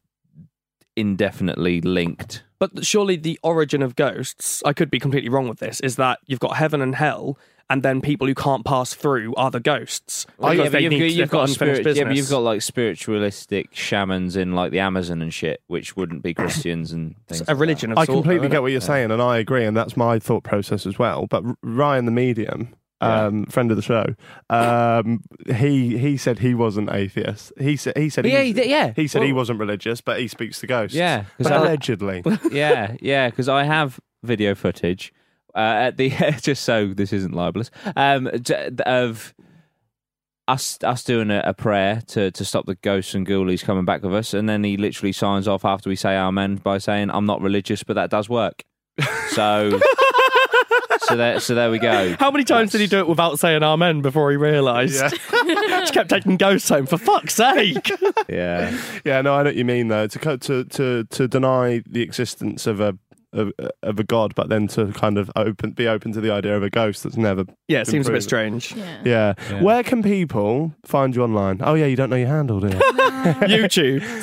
Speaker 4: indefinitely linked.
Speaker 5: but surely the origin of ghosts, I could be completely wrong with this, is that you've got heaven and hell and then people who can't pass through are the ghosts. because
Speaker 4: Oh, but
Speaker 5: they need-
Speaker 4: you've
Speaker 5: they've got unfinished
Speaker 4: spirit- yeah, but you've
Speaker 5: business.
Speaker 4: got like spiritualistic shamans in like the Amazon and shit, which wouldn't be Christians and things.
Speaker 5: a
Speaker 4: like that.
Speaker 5: religion of
Speaker 3: I
Speaker 5: sort,
Speaker 3: completely
Speaker 5: though,
Speaker 3: get what you're saying, and I agree, and that's my thought process as well. But R- Ryan, the medium, um, friend of the show, um, he he said he wasn't atheist. He said he said
Speaker 4: Yeah,
Speaker 3: was-
Speaker 4: he did- yeah.
Speaker 3: he said he
Speaker 4: Well-
Speaker 3: wasn't religious, but he speaks to ghosts.
Speaker 4: Yeah, 'cause
Speaker 3: but
Speaker 4: I-
Speaker 5: uh,
Speaker 3: allegedly.
Speaker 4: yeah, yeah, because I have video footage uh, at the just so this isn't libelous um, j- of us us doing a, a prayer to to stop the ghosts and ghoulies coming back with us, and then he literally signs off after we say amen by saying, "I'm not religious, but that does work." So. So there, so there we go.
Speaker 5: How many times did he do it without saying amen before he realised?
Speaker 3: Yeah.
Speaker 5: Just kept taking ghosts home for fuck's sake.
Speaker 4: Yeah,
Speaker 3: Yeah, no, I know what you mean though. To co- to to to deny the existence of a of, of a god, but then to kind of open be open to the idea of a ghost that's never.
Speaker 5: yeah, it seems a bit
Speaker 3: Improved.
Speaker 5: strange.
Speaker 2: Yeah.
Speaker 3: Yeah.
Speaker 4: Yeah.
Speaker 3: Where can people find you online? Oh yeah, you don't know your handle, do you?
Speaker 5: YouTube,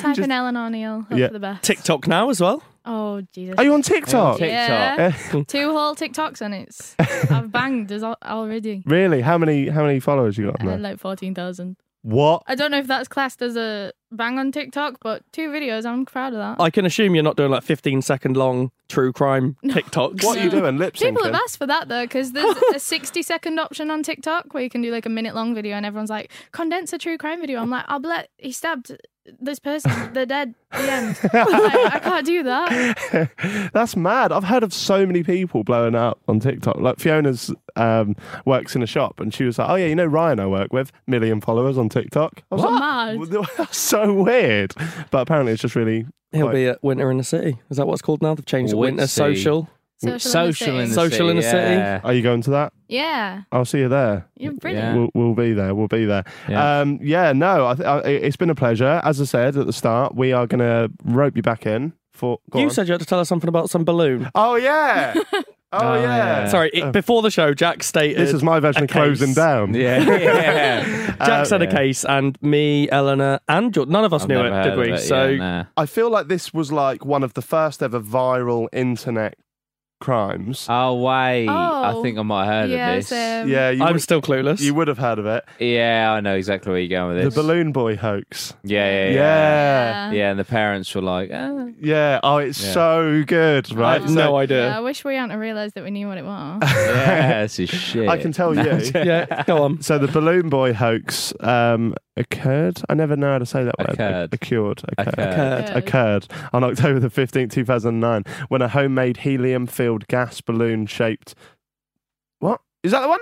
Speaker 2: Type in Eleanor Neal. Hope
Speaker 3: Yeah.
Speaker 2: for the best.
Speaker 5: TikTok now as well.
Speaker 2: Oh Jesus.
Speaker 3: Are you on TikTok?
Speaker 4: TikTok.
Speaker 2: Yeah.
Speaker 3: Eh,
Speaker 2: Two whole TikToks and it's I've banged as al- already.
Speaker 3: really? How many how many followers you got on
Speaker 2: I
Speaker 3: there?
Speaker 2: had like fourteen thousand.
Speaker 3: what?
Speaker 2: I don't know if that's classed as a bang on TikTok, but two videos. I'm proud of that.
Speaker 4: Oh,
Speaker 5: I can assume you're not doing like 15 second long true crime TikToks.
Speaker 3: What are you doing? Lip
Speaker 2: um, People
Speaker 3: syncing?
Speaker 2: have asked for that though, because there's a 60 second option on TikTok where you can do like a minute long video, and everyone's like, condense a true crime video. I'm like, I'll let he stabbed this person, they're dead. The end. Like, I can't do that.
Speaker 3: That's mad. I've heard of so many people blowing up on TikTok. Like Fiona's um, works in a shop, and she was like, "Oh yeah, you know Ryan I work with, million followers on TikTok." I was
Speaker 2: What?
Speaker 3: like,
Speaker 2: Mad.
Speaker 3: Well, That's so weird. But apparently, it's just really.
Speaker 5: He'll
Speaker 3: quite-
Speaker 5: be at Winter in the City. Is that what it's called now? They've changed it. Winter
Speaker 4: Wincy.
Speaker 5: Social.
Speaker 2: Social,
Speaker 4: social in the
Speaker 5: Social
Speaker 4: city,
Speaker 5: in the city.
Speaker 4: yeah.
Speaker 3: Are you going to that?
Speaker 2: Yeah,
Speaker 4: Oh,
Speaker 3: I'll see you there.
Speaker 2: you're brilliant.
Speaker 3: We'll, we'll be there. We'll be there.
Speaker 4: Yeah.
Speaker 3: Um, yeah no, I th- I, it's been a pleasure. As I said at the start, we are going to rope you back in for. go
Speaker 5: you
Speaker 3: on.
Speaker 5: said you had to tell us something about some balloon.
Speaker 3: Oh yeah. oh yeah.
Speaker 4: yeah.
Speaker 5: Sorry, it- before the show, Jack stated
Speaker 3: uh, This is my Oh, version
Speaker 5: A
Speaker 3: of closing
Speaker 5: case.
Speaker 3: down.
Speaker 4: yeah, yeah.
Speaker 5: Jack said
Speaker 4: yeah.
Speaker 5: a case, and me, Eleanor, and George, none of us
Speaker 4: I've
Speaker 5: knew
Speaker 4: never
Speaker 5: it,
Speaker 4: heard
Speaker 5: did
Speaker 4: of
Speaker 5: we?
Speaker 4: it, yeah,
Speaker 5: so
Speaker 4: nah.
Speaker 3: I feel like this was like one of the first ever viral internet crimes.
Speaker 4: oh wait, I
Speaker 2: Oh.
Speaker 4: think I might have heard
Speaker 2: Yeah,
Speaker 4: of this.
Speaker 2: so-
Speaker 3: yeah, you
Speaker 5: Um, I'm
Speaker 3: would,
Speaker 5: still clueless.
Speaker 3: you would have heard of it.
Speaker 4: Yeah, I know exactly where you're going with
Speaker 3: The
Speaker 4: this.
Speaker 3: balloon boy hoax.
Speaker 4: yeah, yeah, yeah,
Speaker 3: Yeah.
Speaker 4: yeah. and the parents were like, ah.
Speaker 3: Yeah. Oh, it's
Speaker 4: Yeah.
Speaker 3: so good,
Speaker 5: I
Speaker 3: right?
Speaker 5: have
Speaker 2: Yeah,
Speaker 5: no
Speaker 2: I
Speaker 5: idea.
Speaker 2: wish we hadn't realised that we knew what it was.
Speaker 4: "Yeah, this is shit."
Speaker 3: I can tell you.
Speaker 5: yeah, go on.
Speaker 3: So the balloon boy hoax um, occurred. I never know how to say that word.
Speaker 4: Occurred.
Speaker 3: Occurred. Occurred.
Speaker 4: Okay.
Speaker 5: Uh,
Speaker 3: occurred on October the 15th, 2009, when a homemade helium filled gas balloon shaped. What? Is that the one?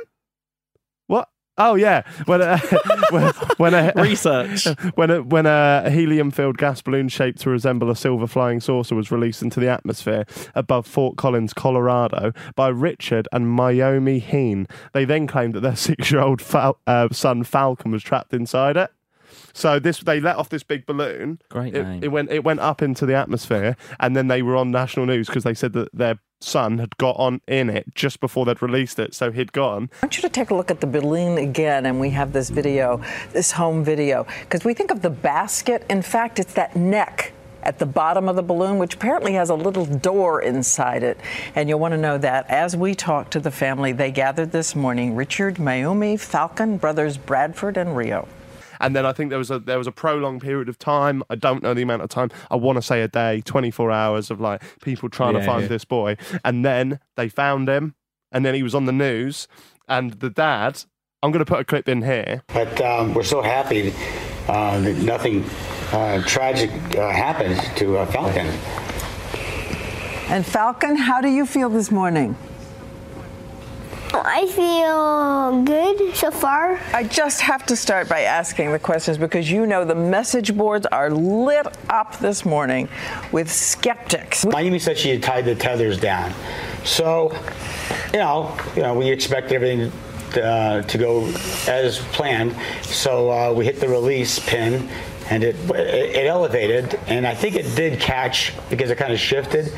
Speaker 3: What? Oh, yeah. When a, when, when a,
Speaker 5: Research.
Speaker 3: when a, when a helium filled gas balloon shaped to resemble a silver flying saucer was released into the atmosphere above Fort Collins, Colorado, by Richard and Myomi Heen. They then claimed that their six year old fal- uh, son Falcon was trapped inside it. So this they let off this big balloon.
Speaker 4: Great name.
Speaker 3: It, it went it went up into the atmosphere, and then they were on national news because they said that their son had got on in it just before they'd released it. So he'd gone.
Speaker 6: I want you to take a look at the balloon again, and we have this video, this home video, because we think of the basket. In fact, it's that neck at the bottom of the balloon, which apparently has a little door inside it. And you'll want to know that as we talk to the family, they gathered this morning Richard, Mayumi, Falcon, brothers Bradford, and Rio.
Speaker 3: And then I think there was a there was a prolonged period of time. I don't know the amount of time. I want to say a day, twenty four hours of like people trying to
Speaker 4: Yeah,
Speaker 3: find
Speaker 4: yeah.
Speaker 3: this boy. And then they found him, and then he was on the news, and the dad. I'm going to put a clip in here.
Speaker 7: But um, we're so happy uh, that nothing uh, tragic uh, happened to uh, Falcon.
Speaker 6: And Falcon, how do you feel this morning?
Speaker 8: I feel good so far.
Speaker 6: I just have to start by asking the questions because you know the message boards are lit up this morning with skeptics.
Speaker 7: Miami said she had tied the tethers down. So, you know, you know, we expected everything uh, to go as planned. So uh, we hit the release pin, and it, it elevated, and I think it did catch because it kind of shifted.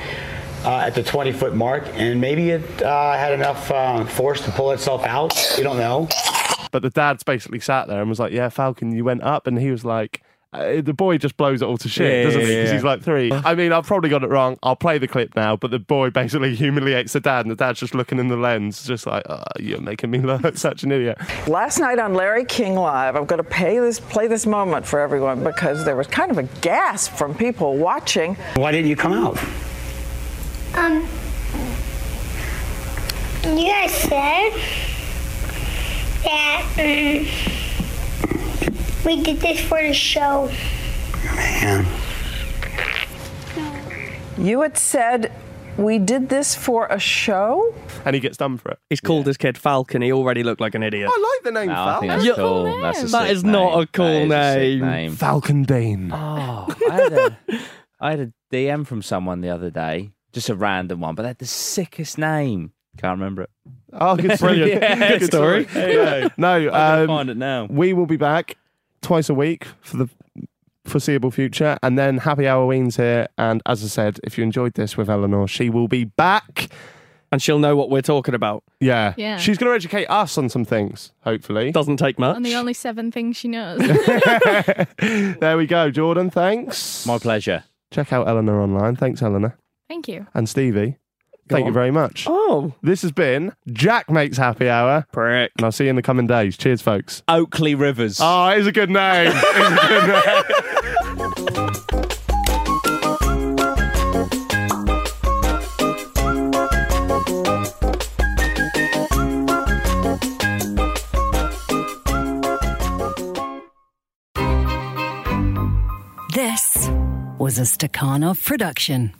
Speaker 7: Uh, at the 20 foot mark, and maybe it uh, had enough uh, force to pull itself out. We don't know.
Speaker 3: But the dad's basically sat there and was like, "Yeah, Falcon, you went up," and he was like. Uh, the boy just blows it all to shit,
Speaker 4: Yeah,
Speaker 3: doesn't he?
Speaker 4: yeah,
Speaker 3: Because
Speaker 4: yeah.
Speaker 3: he's like three. I mean, I've probably got it wrong. I'll play the clip now, but the boy basically humiliates the dad, and the dad's just looking in the lens, just like, oh, "You're making me look such an idiot."
Speaker 6: Last night on Larry King Live, I'm going to pay this, play this moment for everyone because there was kind of a gasp from people watching.
Speaker 7: Why didn't you come out?
Speaker 8: Um, you guys said that um, we did this for the show.
Speaker 7: Man.
Speaker 6: You had said we did this for a show.
Speaker 3: and he gets done for it.
Speaker 5: He's called his kid Falcon. He already looked like an idiot.
Speaker 3: I like the name
Speaker 4: No, I
Speaker 3: Falcon.
Speaker 4: think that's
Speaker 5: Yeah.
Speaker 4: cool.
Speaker 2: Cool
Speaker 4: That's a
Speaker 2: name.
Speaker 5: That
Speaker 4: sick
Speaker 5: is not
Speaker 4: name.
Speaker 5: a cool
Speaker 4: That is a sick
Speaker 5: name.
Speaker 4: name.
Speaker 3: Falcon Dean.
Speaker 4: Oh, I had, a, I had a DM from someone the other day, just a random one, but they had the sickest name. Can't remember it.
Speaker 3: Oh, good
Speaker 4: Brilliant. Yeah.
Speaker 3: good story.
Speaker 4: Hey,
Speaker 3: no,
Speaker 4: I
Speaker 3: um,
Speaker 4: find it now.
Speaker 3: we will be back twice a week for the foreseeable future, and then Happy Halloween's here. And as I said, if you enjoyed this with Eleanor, she will be back.
Speaker 5: And she'll know what we're talking about.
Speaker 3: Yeah,
Speaker 2: Yeah.
Speaker 3: she's going to educate us on some things. Hopefully,
Speaker 5: Doesn't take much.
Speaker 2: And the only seven things she knows.
Speaker 3: there we go. Jordan, thanks.
Speaker 4: My pleasure.
Speaker 3: Check out Eleanor online. Thanks, Eleanor
Speaker 2: Thank you.
Speaker 3: and Stevie. Thank you
Speaker 5: on.
Speaker 3: very much.
Speaker 5: oh,
Speaker 3: This has been Jack Makes Happy Hour,
Speaker 5: prick.
Speaker 3: and I'll see you in the coming days. Cheers, folks.
Speaker 4: Oakley Rivers.
Speaker 3: Oh, it is a good name. It's a good name.
Speaker 9: This was a Stakhanov production.